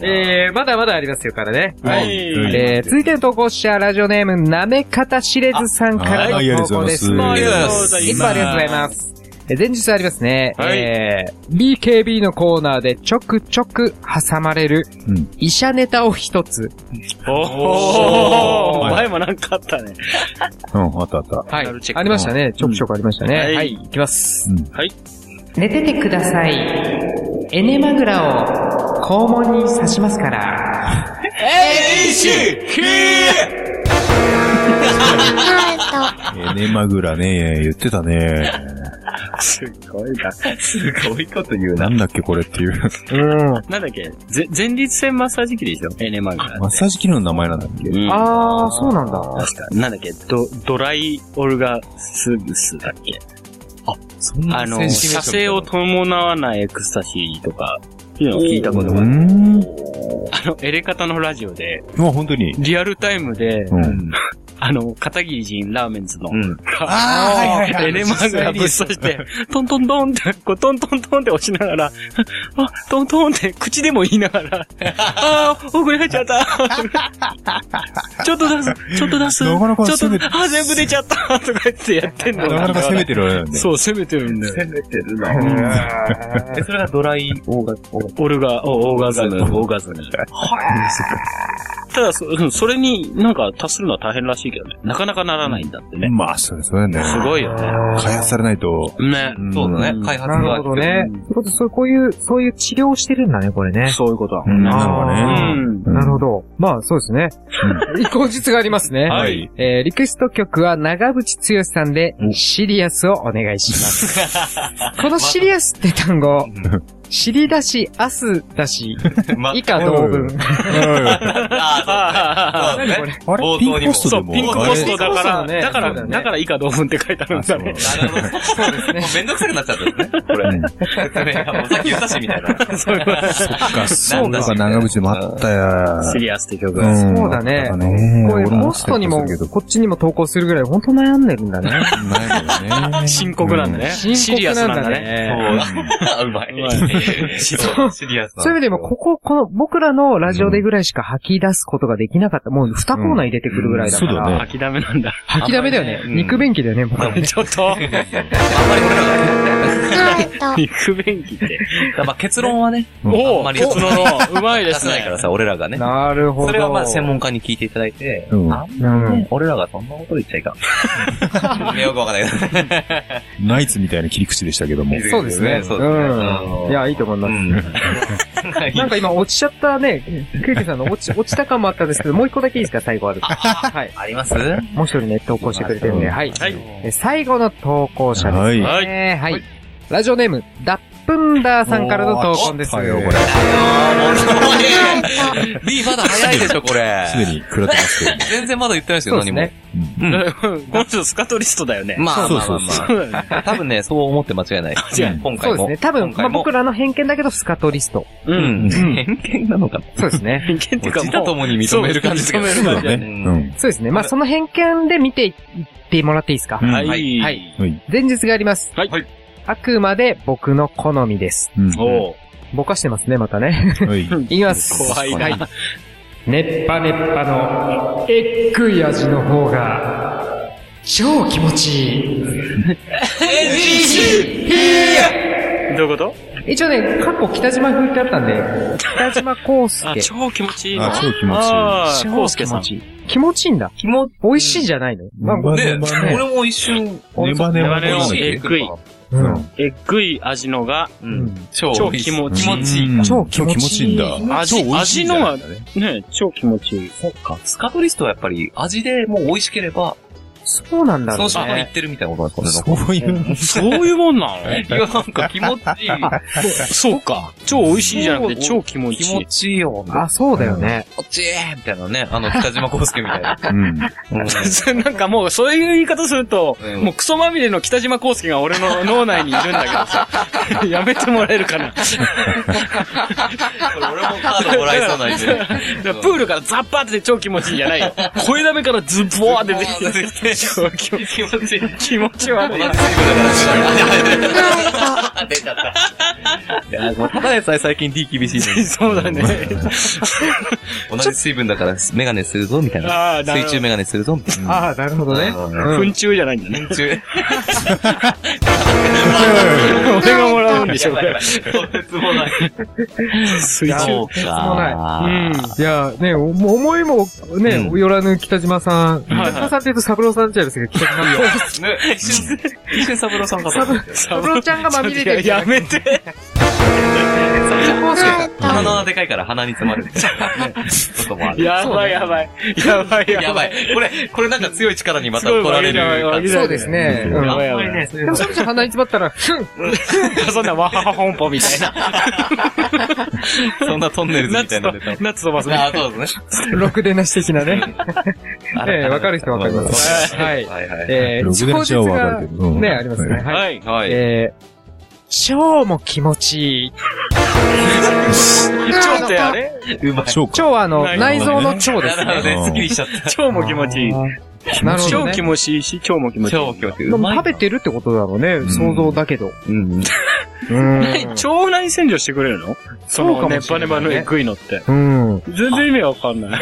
Speaker 7: え
Speaker 6: えー、まだまだありますよからね。
Speaker 5: はい。
Speaker 6: えー、続いての投稿者、ラジオネーム、なめかたしれずさんから
Speaker 9: あはい
Speaker 6: の投稿です。
Speaker 9: ありがとうござい
Speaker 7: ます
Speaker 6: いつもありがとうございます。えー前日ありますね。
Speaker 5: はい
Speaker 6: えー、BKB のコーナーでちょくちょく挟まれる
Speaker 9: うん、
Speaker 6: 医者ネタを一つ。
Speaker 5: おお前もなんかあったね。
Speaker 9: うん、あったあった。
Speaker 6: は
Speaker 5: ナルチェック
Speaker 6: ありましたね。ちょくちょくありましたね。
Speaker 5: はい
Speaker 6: はい、いきます。
Speaker 9: うん
Speaker 5: はい。
Speaker 6: 寝ててください。エネマグラを肛門に刺しますから。
Speaker 10: ハー
Speaker 9: えーねマグラね、言ってたね。
Speaker 5: すごいな。
Speaker 7: すごいこと言う
Speaker 9: な
Speaker 7: な。
Speaker 9: んだっけこれっていう。
Speaker 6: うん。
Speaker 5: なんだっけぜ前立腺マッサージ機でしょエネマグラ。
Speaker 9: マッサージ機能の名前なんだっけ
Speaker 5: うん
Speaker 6: あー、そうなんだ。
Speaker 5: 確か、なんだっけ、ド、ドライオルガスーブスだっけ
Speaker 7: そん
Speaker 5: あの、射精を伴わないエクスタシーとか、っていうのを聞いたこと
Speaker 9: う
Speaker 5: がある。
Speaker 9: ん。
Speaker 5: あの、エレカタのラジオで、
Speaker 9: もう本当に。
Speaker 5: リアルタイムで、
Speaker 9: うん。
Speaker 5: あの、片桐仁ラーメンズの、
Speaker 7: うん。
Speaker 9: ああ、はい
Speaker 5: エレマグラぶっ刺して、トントントンって、こう、トントントンって押しながら、あ、トントンって口でも言いながら、あー、奥に入っちゃっ た。ちょっと出す、ちょっと出す。
Speaker 9: なかなか
Speaker 5: ちょ
Speaker 9: 攻
Speaker 5: っ
Speaker 9: めて
Speaker 5: と、あー、全部出ちゃったとか言ってやってんの。
Speaker 9: なかなか攻めてるわよね。
Speaker 5: そう、攻めてるんだよ。
Speaker 7: めてるな。え、それがドライオーガ、オーガ
Speaker 5: オルガ、おオーガズム、オーガズム。ただそ、うんそれになんか達するのは大変らしいけどね。なかなかならないんだってね。
Speaker 9: まあ、それ、それね。
Speaker 5: すごいよね。
Speaker 9: 開発されないと。
Speaker 5: ね。
Speaker 9: ん
Speaker 7: そうだね。開発
Speaker 6: な
Speaker 7: が。
Speaker 6: るほどね。ってことそう、こういう、そういう治療をしてるんだね、これね。
Speaker 5: そういうことだ
Speaker 9: う
Speaker 5: もん
Speaker 9: ん、
Speaker 5: ね。
Speaker 9: な
Speaker 6: あ
Speaker 9: んかね。
Speaker 5: うん
Speaker 9: うん
Speaker 6: なるほど。まあ、そうですね。後日がありますね。
Speaker 9: はい。
Speaker 6: えー、リクエスト曲は長渕剛さんで、シリアスをお願いします。このシリアスって単語、尻だし、アスだし、
Speaker 11: ま
Speaker 6: 以下同文。
Speaker 7: ああ、そう
Speaker 6: 何
Speaker 7: ね。
Speaker 6: これ
Speaker 9: あれ
Speaker 7: 冒
Speaker 9: ピン
Speaker 7: 頭に
Speaker 9: ク
Speaker 7: も
Speaker 9: コストでも
Speaker 5: ピンク
Speaker 9: あ
Speaker 5: コストだか
Speaker 6: あ
Speaker 5: ら、
Speaker 6: れ
Speaker 5: だか
Speaker 6: そうだ
Speaker 5: ら、
Speaker 6: ね
Speaker 5: だから以下同文って書いてあるんだね。
Speaker 7: なるほど。そうですね。もうめんどくさくなっちゃったんですね。これね。説明がもうさっき言ったしみたいな。
Speaker 5: そういうこと
Speaker 7: そう
Speaker 9: なんか長渕でもあったや。
Speaker 5: シリアスって曲。
Speaker 9: ん
Speaker 6: そうだね
Speaker 9: あったね
Speaker 6: これ、ポストにも
Speaker 9: 俺、も
Speaker 6: こっちにも投稿するぐらい、本当悩んでるんだね。
Speaker 9: ないよね。
Speaker 5: 深刻なんだね。
Speaker 6: 深
Speaker 5: シ
Speaker 6: 刻
Speaker 5: リ
Speaker 6: な
Speaker 5: ア
Speaker 6: ん
Speaker 5: ス
Speaker 6: だね
Speaker 5: なんだね。
Speaker 7: そう。うまい。そうシリアスな
Speaker 6: そういう意味でも、ここ、この、僕らのラジオでぐらいしか吐き出すことができなかった。もう二コーナー入れてくるぐらいだか
Speaker 9: うんそうだね
Speaker 6: ら。
Speaker 5: 諦めなんだ。
Speaker 6: 吐きだめだよね。
Speaker 7: うん
Speaker 6: 肉便器だよね、僕らね。
Speaker 5: ちょっと、
Speaker 10: アウト。
Speaker 5: 肉便器って。
Speaker 7: まあ結論はね、
Speaker 5: お
Speaker 7: あんま
Speaker 5: お
Speaker 7: り
Speaker 5: 結論、うまいで
Speaker 7: 出
Speaker 5: す
Speaker 7: せないか
Speaker 5: ね
Speaker 7: ら。さ、俺らがね。
Speaker 6: なるほど。
Speaker 7: それはまあ専門家に聞いていただいて、
Speaker 9: うん
Speaker 7: あん
Speaker 6: うん
Speaker 7: まね、俺らがそんなこと言っちゃいかん。 ねよくわかんないけど。
Speaker 9: ナイツみたいな切り口でしたけども。
Speaker 6: そうですね。
Speaker 7: そううですね
Speaker 6: ん。いや、いいと思います。 なんか今落ちちゃったね、クイズさんの落 ち、落ちた感もあったんですけど、もう一個だけいいですか、最後ある。はい。
Speaker 7: あります
Speaker 6: もう一人ね、投稿してくれてるんで、はい。
Speaker 5: はい。
Speaker 6: え最後の投稿者ですね。
Speaker 5: は
Speaker 6: はいい。はい。ラジオネーム、ダップンダーさんからの投稿です。
Speaker 9: おーあったよこれ
Speaker 7: もうね B まだ早いでしょ、これ。
Speaker 9: すでに食らってますけど。
Speaker 7: 全然まだ言ってないです
Speaker 6: そ
Speaker 7: よ、
Speaker 6: うで
Speaker 7: 何
Speaker 6: す
Speaker 7: も。
Speaker 6: ね。
Speaker 5: この人スカトリストだよね。
Speaker 7: まあ
Speaker 9: そう
Speaker 7: まあ
Speaker 9: そ
Speaker 7: ま
Speaker 9: う
Speaker 7: あ
Speaker 9: そう
Speaker 7: まあ。多分ね、そう思って間違いな
Speaker 5: 違
Speaker 7: い。
Speaker 5: う
Speaker 7: 今
Speaker 6: そ
Speaker 7: 回
Speaker 6: うです
Speaker 7: も
Speaker 6: ね。。多分、
Speaker 7: 今
Speaker 6: まあ
Speaker 7: 回も
Speaker 6: 僕らの偏見だけど、スカトリスト。
Speaker 5: う。
Speaker 7: うんん。偏見なのかな。
Speaker 6: そうで すね。
Speaker 5: 人間っていうか
Speaker 7: 自他
Speaker 5: も
Speaker 7: と
Speaker 5: う、
Speaker 7: もに認める感じですけど。
Speaker 5: そう認める感じだ
Speaker 9: ねうん。
Speaker 6: そうですね。まあその偏見で見ていってもらっていいですか
Speaker 9: うん
Speaker 5: はい。。
Speaker 6: はい前日があります。
Speaker 5: はい
Speaker 11: はい。
Speaker 6: あくまで僕の好みです。
Speaker 9: うん。
Speaker 5: おう
Speaker 6: ぼかしてますね、ま たね。
Speaker 9: はい。
Speaker 6: いきます。
Speaker 5: 怖いな。
Speaker 6: 熱波熱波のえっくい味の方が超気持ちいい。
Speaker 5: どういうこと
Speaker 6: 一応ね、過去北島風ってあったんで、北島康
Speaker 5: あ、
Speaker 6: 介。
Speaker 5: 超気持ちいい
Speaker 9: あ、
Speaker 5: な。
Speaker 9: 超気持ちいい。
Speaker 5: ああ、コウスケ
Speaker 6: 気
Speaker 5: さ
Speaker 6: 持
Speaker 5: ん。
Speaker 6: ちいい。気持ちいいんだ。気持美味しいじゃないの。まあ、
Speaker 9: ね
Speaker 7: で、俺も一瞬、
Speaker 9: ネバネバ
Speaker 5: 我々
Speaker 9: の
Speaker 5: のえっぐい、
Speaker 9: うん
Speaker 5: えっぐい味のが、
Speaker 7: うん超
Speaker 5: 超
Speaker 7: 美味しい
Speaker 5: 気持
Speaker 7: 気
Speaker 5: ちいい
Speaker 7: 持ちいい。
Speaker 9: うん
Speaker 6: 超
Speaker 9: 超気
Speaker 6: 気持
Speaker 9: 持
Speaker 6: ち
Speaker 9: ち
Speaker 6: い
Speaker 9: い
Speaker 6: い
Speaker 9: いんだ。
Speaker 5: 味、味のは
Speaker 7: ね、
Speaker 5: ね、超気持 ちいい。
Speaker 7: そっか。スカトリストはやっぱり味でもう美味しければ、
Speaker 6: そうなんだ
Speaker 7: そ
Speaker 6: ろ
Speaker 7: の
Speaker 6: う
Speaker 7: 瞬間行
Speaker 6: ね
Speaker 7: っ。てるみたいなことなんですかね。
Speaker 9: そういう。
Speaker 5: そういうもんなの
Speaker 7: いや、なんか気持ちいい。
Speaker 5: そうか。超美味しいじゃなくて超気持
Speaker 7: 気
Speaker 5: ちい
Speaker 7: 持
Speaker 5: い。
Speaker 7: ちいいよ。
Speaker 6: あ、そうだよね。
Speaker 7: 気持ちいいみたいなね。あの、北島康介みたいな。
Speaker 9: うん。
Speaker 5: なんかもう、そういう言い方すると、
Speaker 7: うん
Speaker 5: もうクソまみれの北島康介が俺の 脳内にいるんだけどさ、 やめてもらえるかな。
Speaker 7: これ 俺もカードもらいそうなん で。
Speaker 5: プールからザッパーって超気持ちいいんじゃないよ。声だめからズボーって出てきて、超気持ちいい。気持ち悪い。
Speaker 7: あ、出ちゃった。いや、もうただでさえ最近 D 厳しいの に。
Speaker 5: そうだね。
Speaker 7: 同じ水分だから、メガネするぞ、みたいな。
Speaker 5: ああ、なるほ
Speaker 7: 水中
Speaker 5: ど。
Speaker 7: メガネするぞ、みたいな。
Speaker 6: ああ、なるほどね。
Speaker 5: 糞虫じゃないんだね。
Speaker 7: 水中。
Speaker 5: 俺がもらうんでしょ、これ。
Speaker 7: 絶もない。
Speaker 5: 水 中。
Speaker 7: そう
Speaker 6: も
Speaker 7: か。
Speaker 5: うん。
Speaker 6: いや、ね、おも思いも、ね、
Speaker 7: う
Speaker 6: よらぬ北島さん。
Speaker 5: はい
Speaker 6: 北島さんって言うと、サブローさんちゃいですけど、北島
Speaker 7: ね、一瞬、一瞬サブローさんかと思って。
Speaker 5: サ
Speaker 6: サブローちゃんがまみれてるじゃ
Speaker 5: や
Speaker 6: なく
Speaker 5: めて。
Speaker 7: 鼻の穴でかいから鼻に詰まる。ねこともある。
Speaker 5: やばいやばい。やばい
Speaker 7: やばい。これ、これなんか強い力にまた怒られる感
Speaker 6: て。
Speaker 7: じ。
Speaker 6: そうですね。
Speaker 5: や
Speaker 6: うん
Speaker 5: ばい
Speaker 7: あ
Speaker 5: や
Speaker 7: ん
Speaker 5: ば
Speaker 7: ま
Speaker 5: い。
Speaker 7: りね、そういう
Speaker 6: でも、
Speaker 7: の
Speaker 6: それじゃ鼻に詰まったら、ふん
Speaker 5: そんなワハハ本舗みたいな。
Speaker 7: そんなトンネルズみたいなの出た。
Speaker 5: ナッツ飛ばす
Speaker 7: あ
Speaker 5: ね
Speaker 7: あ、。そうですね。
Speaker 6: ろくでなし的な ね。ええ、わかる人はわかります。 はい。
Speaker 7: はいはい。
Speaker 6: えー、
Speaker 9: ログで
Speaker 6: 超
Speaker 9: も
Speaker 6: 絶
Speaker 9: 違うわか
Speaker 6: が
Speaker 9: るけど。うん
Speaker 6: ね、ありますね。。はい。
Speaker 5: はい。
Speaker 7: はい。
Speaker 6: えー、超も気持ちいい。
Speaker 5: 蝶ってあれ
Speaker 7: うまい。
Speaker 9: 超か。
Speaker 6: 超はあの、
Speaker 5: 内
Speaker 6: 内
Speaker 5: 臓
Speaker 6: 臓
Speaker 5: の
Speaker 6: の腸で
Speaker 7: な
Speaker 6: す
Speaker 7: るほ
Speaker 6: ね。
Speaker 7: どね。すっきりしちゃっ
Speaker 5: 蝶も気持ちいい。
Speaker 6: なるほど
Speaker 5: 超
Speaker 6: ね。
Speaker 5: 気持ちいいし、超も気持
Speaker 7: た。
Speaker 5: ちい
Speaker 7: 超
Speaker 5: い。
Speaker 7: 気持ちいい。
Speaker 6: でも食べてるってことだろうね、
Speaker 9: ん
Speaker 6: 想像だけど。
Speaker 7: うん。
Speaker 6: うん。
Speaker 5: 腸内洗浄してくれるのそ
Speaker 6: そう
Speaker 5: の
Speaker 6: か
Speaker 5: ネ
Speaker 6: もし
Speaker 5: バネ
Speaker 6: れないね
Speaker 5: バのエグいのって。
Speaker 6: うん。
Speaker 5: 全然意味わかんない。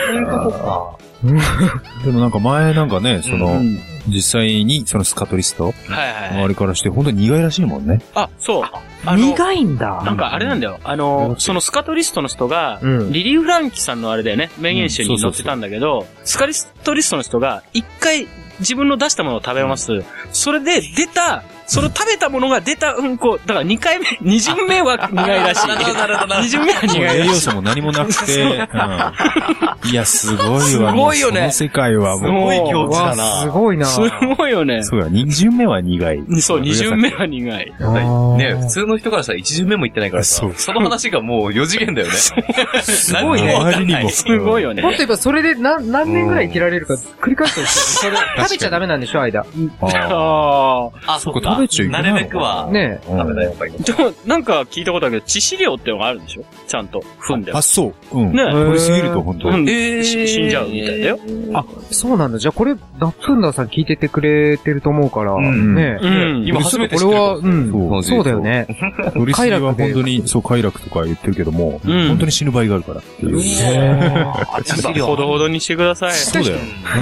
Speaker 9: でもなんか前なんかね、その
Speaker 5: う、ん
Speaker 9: 実際にそのスカトリス
Speaker 5: は
Speaker 9: ト、
Speaker 5: いはいは
Speaker 9: 周
Speaker 5: い。
Speaker 9: りからして本当に苦いらしいもんね。
Speaker 5: あ、そう。あの、
Speaker 6: 苦いん
Speaker 5: な
Speaker 6: だ。
Speaker 5: んかあれなんだよ。あの、そのスカトリストの人が、
Speaker 6: うん
Speaker 5: リリー・フランキさんのあれだよね、名言集に載ってたんだけど、スカリストリストの人が、一回自分の出したものを食べます。それで出たその食べたものが出たうんこ、だから2回目、二巡目は苦いら しい。二巡目は
Speaker 9: もう
Speaker 5: 苦い
Speaker 9: 栄
Speaker 5: ら
Speaker 9: 養
Speaker 5: しい。
Speaker 9: 素も何もなくて、うんいや、すごいわ。
Speaker 5: すごいよね
Speaker 9: もうその世界はもう。
Speaker 5: ごい
Speaker 6: うわ、すごいな
Speaker 5: すごいよね。
Speaker 9: そうだ、二巡目は苦い。
Speaker 5: そう、二巡目は苦い。
Speaker 7: だってね、普通の人からしたら一巡目も行ってないからさ
Speaker 9: そう、
Speaker 7: その話がもう4次元だよね。 す
Speaker 9: ごいねあまりにも
Speaker 5: すごいよね
Speaker 6: も。っと言えば、それで何、何年ぐらい生きられるか繰り返してほしい。それ、食べちゃダメなんでしょ、間。
Speaker 9: ああ
Speaker 5: ああ。
Speaker 9: そこ食べちゃいけないのかな。
Speaker 7: なるべくは
Speaker 6: ね
Speaker 9: うん。
Speaker 7: ダメだよ、やっぱり。
Speaker 5: でも、なんか聞いたことあるけど、致死量ってのがあるんでしょちゃんと。踏んで。
Speaker 9: あ、そう。うん。
Speaker 5: ね
Speaker 9: 取りすぎると本当
Speaker 5: うん
Speaker 7: えー
Speaker 5: し死んじゃうみたいだよ。
Speaker 6: え。そうなんだ。じゃあ、これ、ダッツンダーさん聞いててくれてると思うから、
Speaker 7: ん
Speaker 6: ねえ。
Speaker 5: ん
Speaker 7: 今初めて知っ
Speaker 6: こ
Speaker 7: て
Speaker 6: れ
Speaker 7: る
Speaker 6: は、うん。
Speaker 9: そう。
Speaker 6: そうだよね。
Speaker 9: 取りすぎは本当に、そう、快楽とか言ってるけども、
Speaker 5: うん
Speaker 9: 本当に死ぬ場合があるからっていう。
Speaker 5: あちょっとほどほどにしてください。
Speaker 9: そうだよ。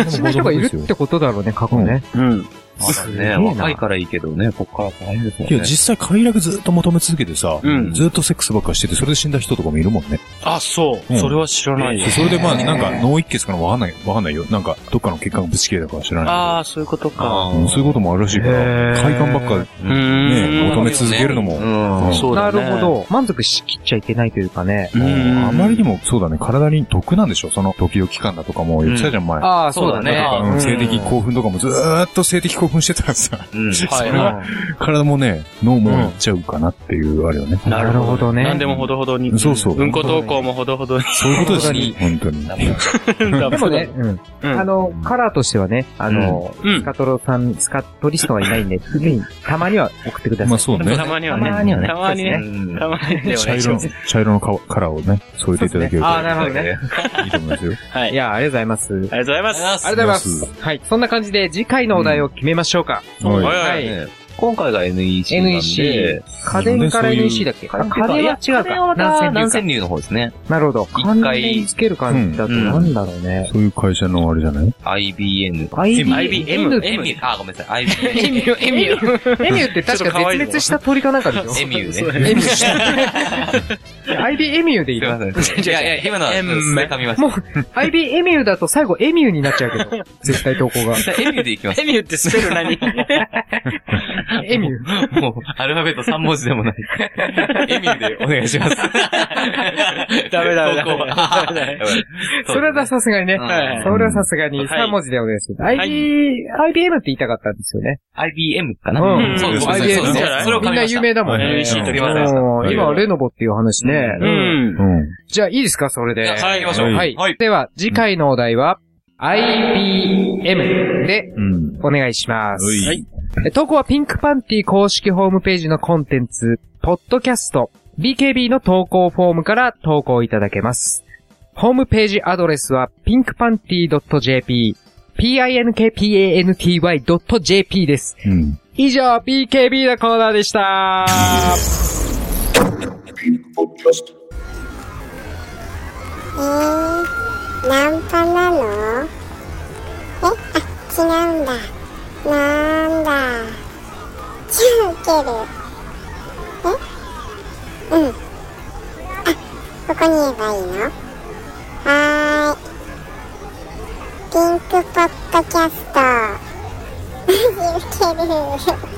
Speaker 6: 死な人がいるってことだろうね、過去ね。
Speaker 5: うん。
Speaker 7: まだね、
Speaker 6: ごいな
Speaker 7: 若いからいいけどね、こっから大変ですもん
Speaker 9: い
Speaker 7: ね
Speaker 9: や、。実際快楽ずっと求め続けてさ、
Speaker 5: うん
Speaker 9: ずっとセックスばっかしてて、それで死んだ人とかもいるもんね。
Speaker 5: あ、そう。
Speaker 9: うん
Speaker 5: それは知らないよ
Speaker 9: そう。それでまあ、なんか脳一血かなわかんない、わかんないよ。なんか、どっかの血管がぶち切れたから知らな
Speaker 5: ああ、そういうことか。
Speaker 7: あ
Speaker 9: い。うんそういうこともあるらしいから、快感ばっか
Speaker 5: う
Speaker 9: ね、求
Speaker 5: ーん。
Speaker 9: め続けるのも、
Speaker 7: ー
Speaker 9: うん
Speaker 5: そう
Speaker 6: な
Speaker 5: だね
Speaker 6: るほ。ど。満足しきっちゃいけないというかね。
Speaker 5: うん。
Speaker 9: あまりにも、そうだね、体に毒なんでしょその、時々感だとかも言ってたじゃん、前。
Speaker 6: ああ、
Speaker 7: そうだね
Speaker 9: なんか
Speaker 6: う
Speaker 9: うんん性的興奮とかもずーっと性的興奮してたらさ、
Speaker 7: うん。
Speaker 9: そ
Speaker 5: はい
Speaker 9: れは体もね、脳もいっちゃうかなっていう、あれよね。
Speaker 6: なるほどね。
Speaker 5: 何でもほどほどに。
Speaker 9: そうそう
Speaker 5: うんこ投稿もほどほどに。
Speaker 9: そういうことですね、本当に。
Speaker 6: で
Speaker 5: で
Speaker 6: もね、、うん。
Speaker 5: うん
Speaker 6: あの、カラーとしてはね、あの、
Speaker 5: うん
Speaker 6: スカトロさん、スカトリストはいないんで、常にたまには送ってください。
Speaker 9: まあそうね
Speaker 5: た。まには
Speaker 6: たまには
Speaker 5: ね。
Speaker 6: ね
Speaker 5: たまに
Speaker 7: う
Speaker 5: ね。
Speaker 7: ん
Speaker 5: たまにね。
Speaker 9: 茶色の、茶色のカカラーをね、添えていただけると。
Speaker 6: ああ、なるほどね。
Speaker 9: いいと思いますよ。
Speaker 5: はい
Speaker 6: い。や、ありがとうございます。
Speaker 5: ありがとうございます。
Speaker 6: ありがとうございます。はい。そんな感じで、次回のお題を決めましょうか。
Speaker 9: はい。
Speaker 5: は
Speaker 6: はい
Speaker 5: い。
Speaker 7: ね今回が NEC なんで。
Speaker 6: NEC。家電から NEC だっけあ家電は違うか。
Speaker 7: 南千
Speaker 6: 南千流
Speaker 7: 流の方ですね。
Speaker 6: か。なるほど。
Speaker 7: 一回
Speaker 6: 関連つける感じだと
Speaker 7: うん
Speaker 6: なんだろうね。
Speaker 9: そういう会社のあれじゃない
Speaker 7: IBN。
Speaker 5: IBM IBM
Speaker 7: エミュー。あ、ごめんなさい。IBM。
Speaker 6: エミュー、エミュー。エミューって確か絶滅した鳥かなんかでし
Speaker 7: エ
Speaker 6: ょ
Speaker 7: ミューね。
Speaker 6: エミュー。ID エミューでいい
Speaker 7: すいま
Speaker 6: の
Speaker 7: せん。いやいや、今のは、掴みました。
Speaker 6: もう、ID エミューだと最後エミューになっちゃうけど。絶対投稿が。
Speaker 7: じゃあエミューでいきます。
Speaker 5: エミューってスペル何
Speaker 6: エミュー。
Speaker 7: もう、アルファベット3文字でもない。 エミューでお願いします。
Speaker 5: ダメダ メダメ
Speaker 7: 投稿は
Speaker 5: ダメダメ
Speaker 7: やばい
Speaker 6: それはさすがにね。
Speaker 7: はい
Speaker 6: それはさすが
Speaker 5: はい
Speaker 6: に3文字でお願いします。
Speaker 5: い
Speaker 6: ID、IBM って言いたかったんですよね。
Speaker 7: IBM かな
Speaker 6: うん
Speaker 7: そうです
Speaker 9: うん
Speaker 7: そうですそうで
Speaker 6: IBM
Speaker 7: す
Speaker 5: じゃない
Speaker 7: それを
Speaker 6: み
Speaker 7: 噛
Speaker 6: ん
Speaker 7: み
Speaker 6: な
Speaker 7: ました
Speaker 6: 有名だもんね。
Speaker 5: NEC
Speaker 7: と
Speaker 6: う
Speaker 7: りません
Speaker 6: ん今、レノボっていう話ね。
Speaker 7: う
Speaker 5: うん。
Speaker 9: うん。
Speaker 6: じゃあ、いいですかそれで。
Speaker 5: はい行きましょう
Speaker 6: はい。
Speaker 7: はい
Speaker 6: では、次回のお題は、IBM で
Speaker 9: うん。
Speaker 6: お願いします。
Speaker 9: うい
Speaker 5: はい
Speaker 6: え投稿はピンクパンティ公式ホームページのコンテンツ、ポッドキャスト、BKB の投稿フォームから投稿いただけます。ホームページアドレスは pinkpanty.jp、pinkpanty.jp です。
Speaker 9: うん。
Speaker 6: 以上、BKB のコーナーでした。
Speaker 10: えー、ナンパなのえ、あ、違うんだ。なんだ。じゃあ受ける。えうん。あ、ここに言えばいいのはーい。ピンクポッドキャスト。 マジ受ける。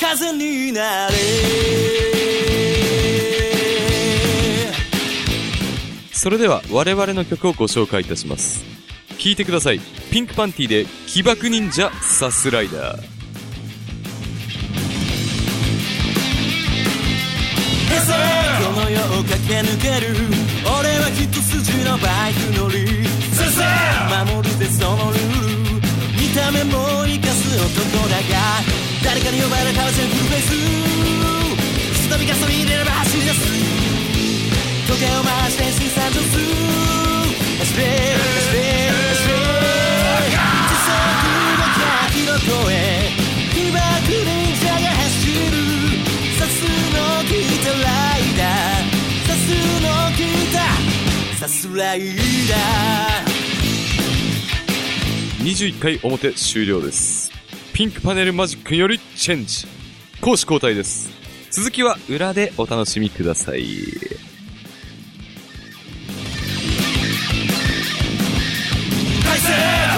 Speaker 12: 風になれ
Speaker 13: それでは我々の曲をご紹介いたします聴いてくださいピンクパンティで起爆忍者サスライダー
Speaker 12: この世を駆け抜ける俺は一筋のバイク乗り守るぜそのルール見た目も生かす男だが誰かに呼ばれたら全部フェイススタビガソリン入れれば走り出す時計を回して新参上する走れ走れ走れ時速500キロ超え被爆忍者が走るサスのギタライダーサスのギタサスライダー
Speaker 13: 21回表終了ですピンクパネルマジックによりチェンジ攻守交代です
Speaker 1: 続きは裏でお楽しみください。
Speaker 12: 返せ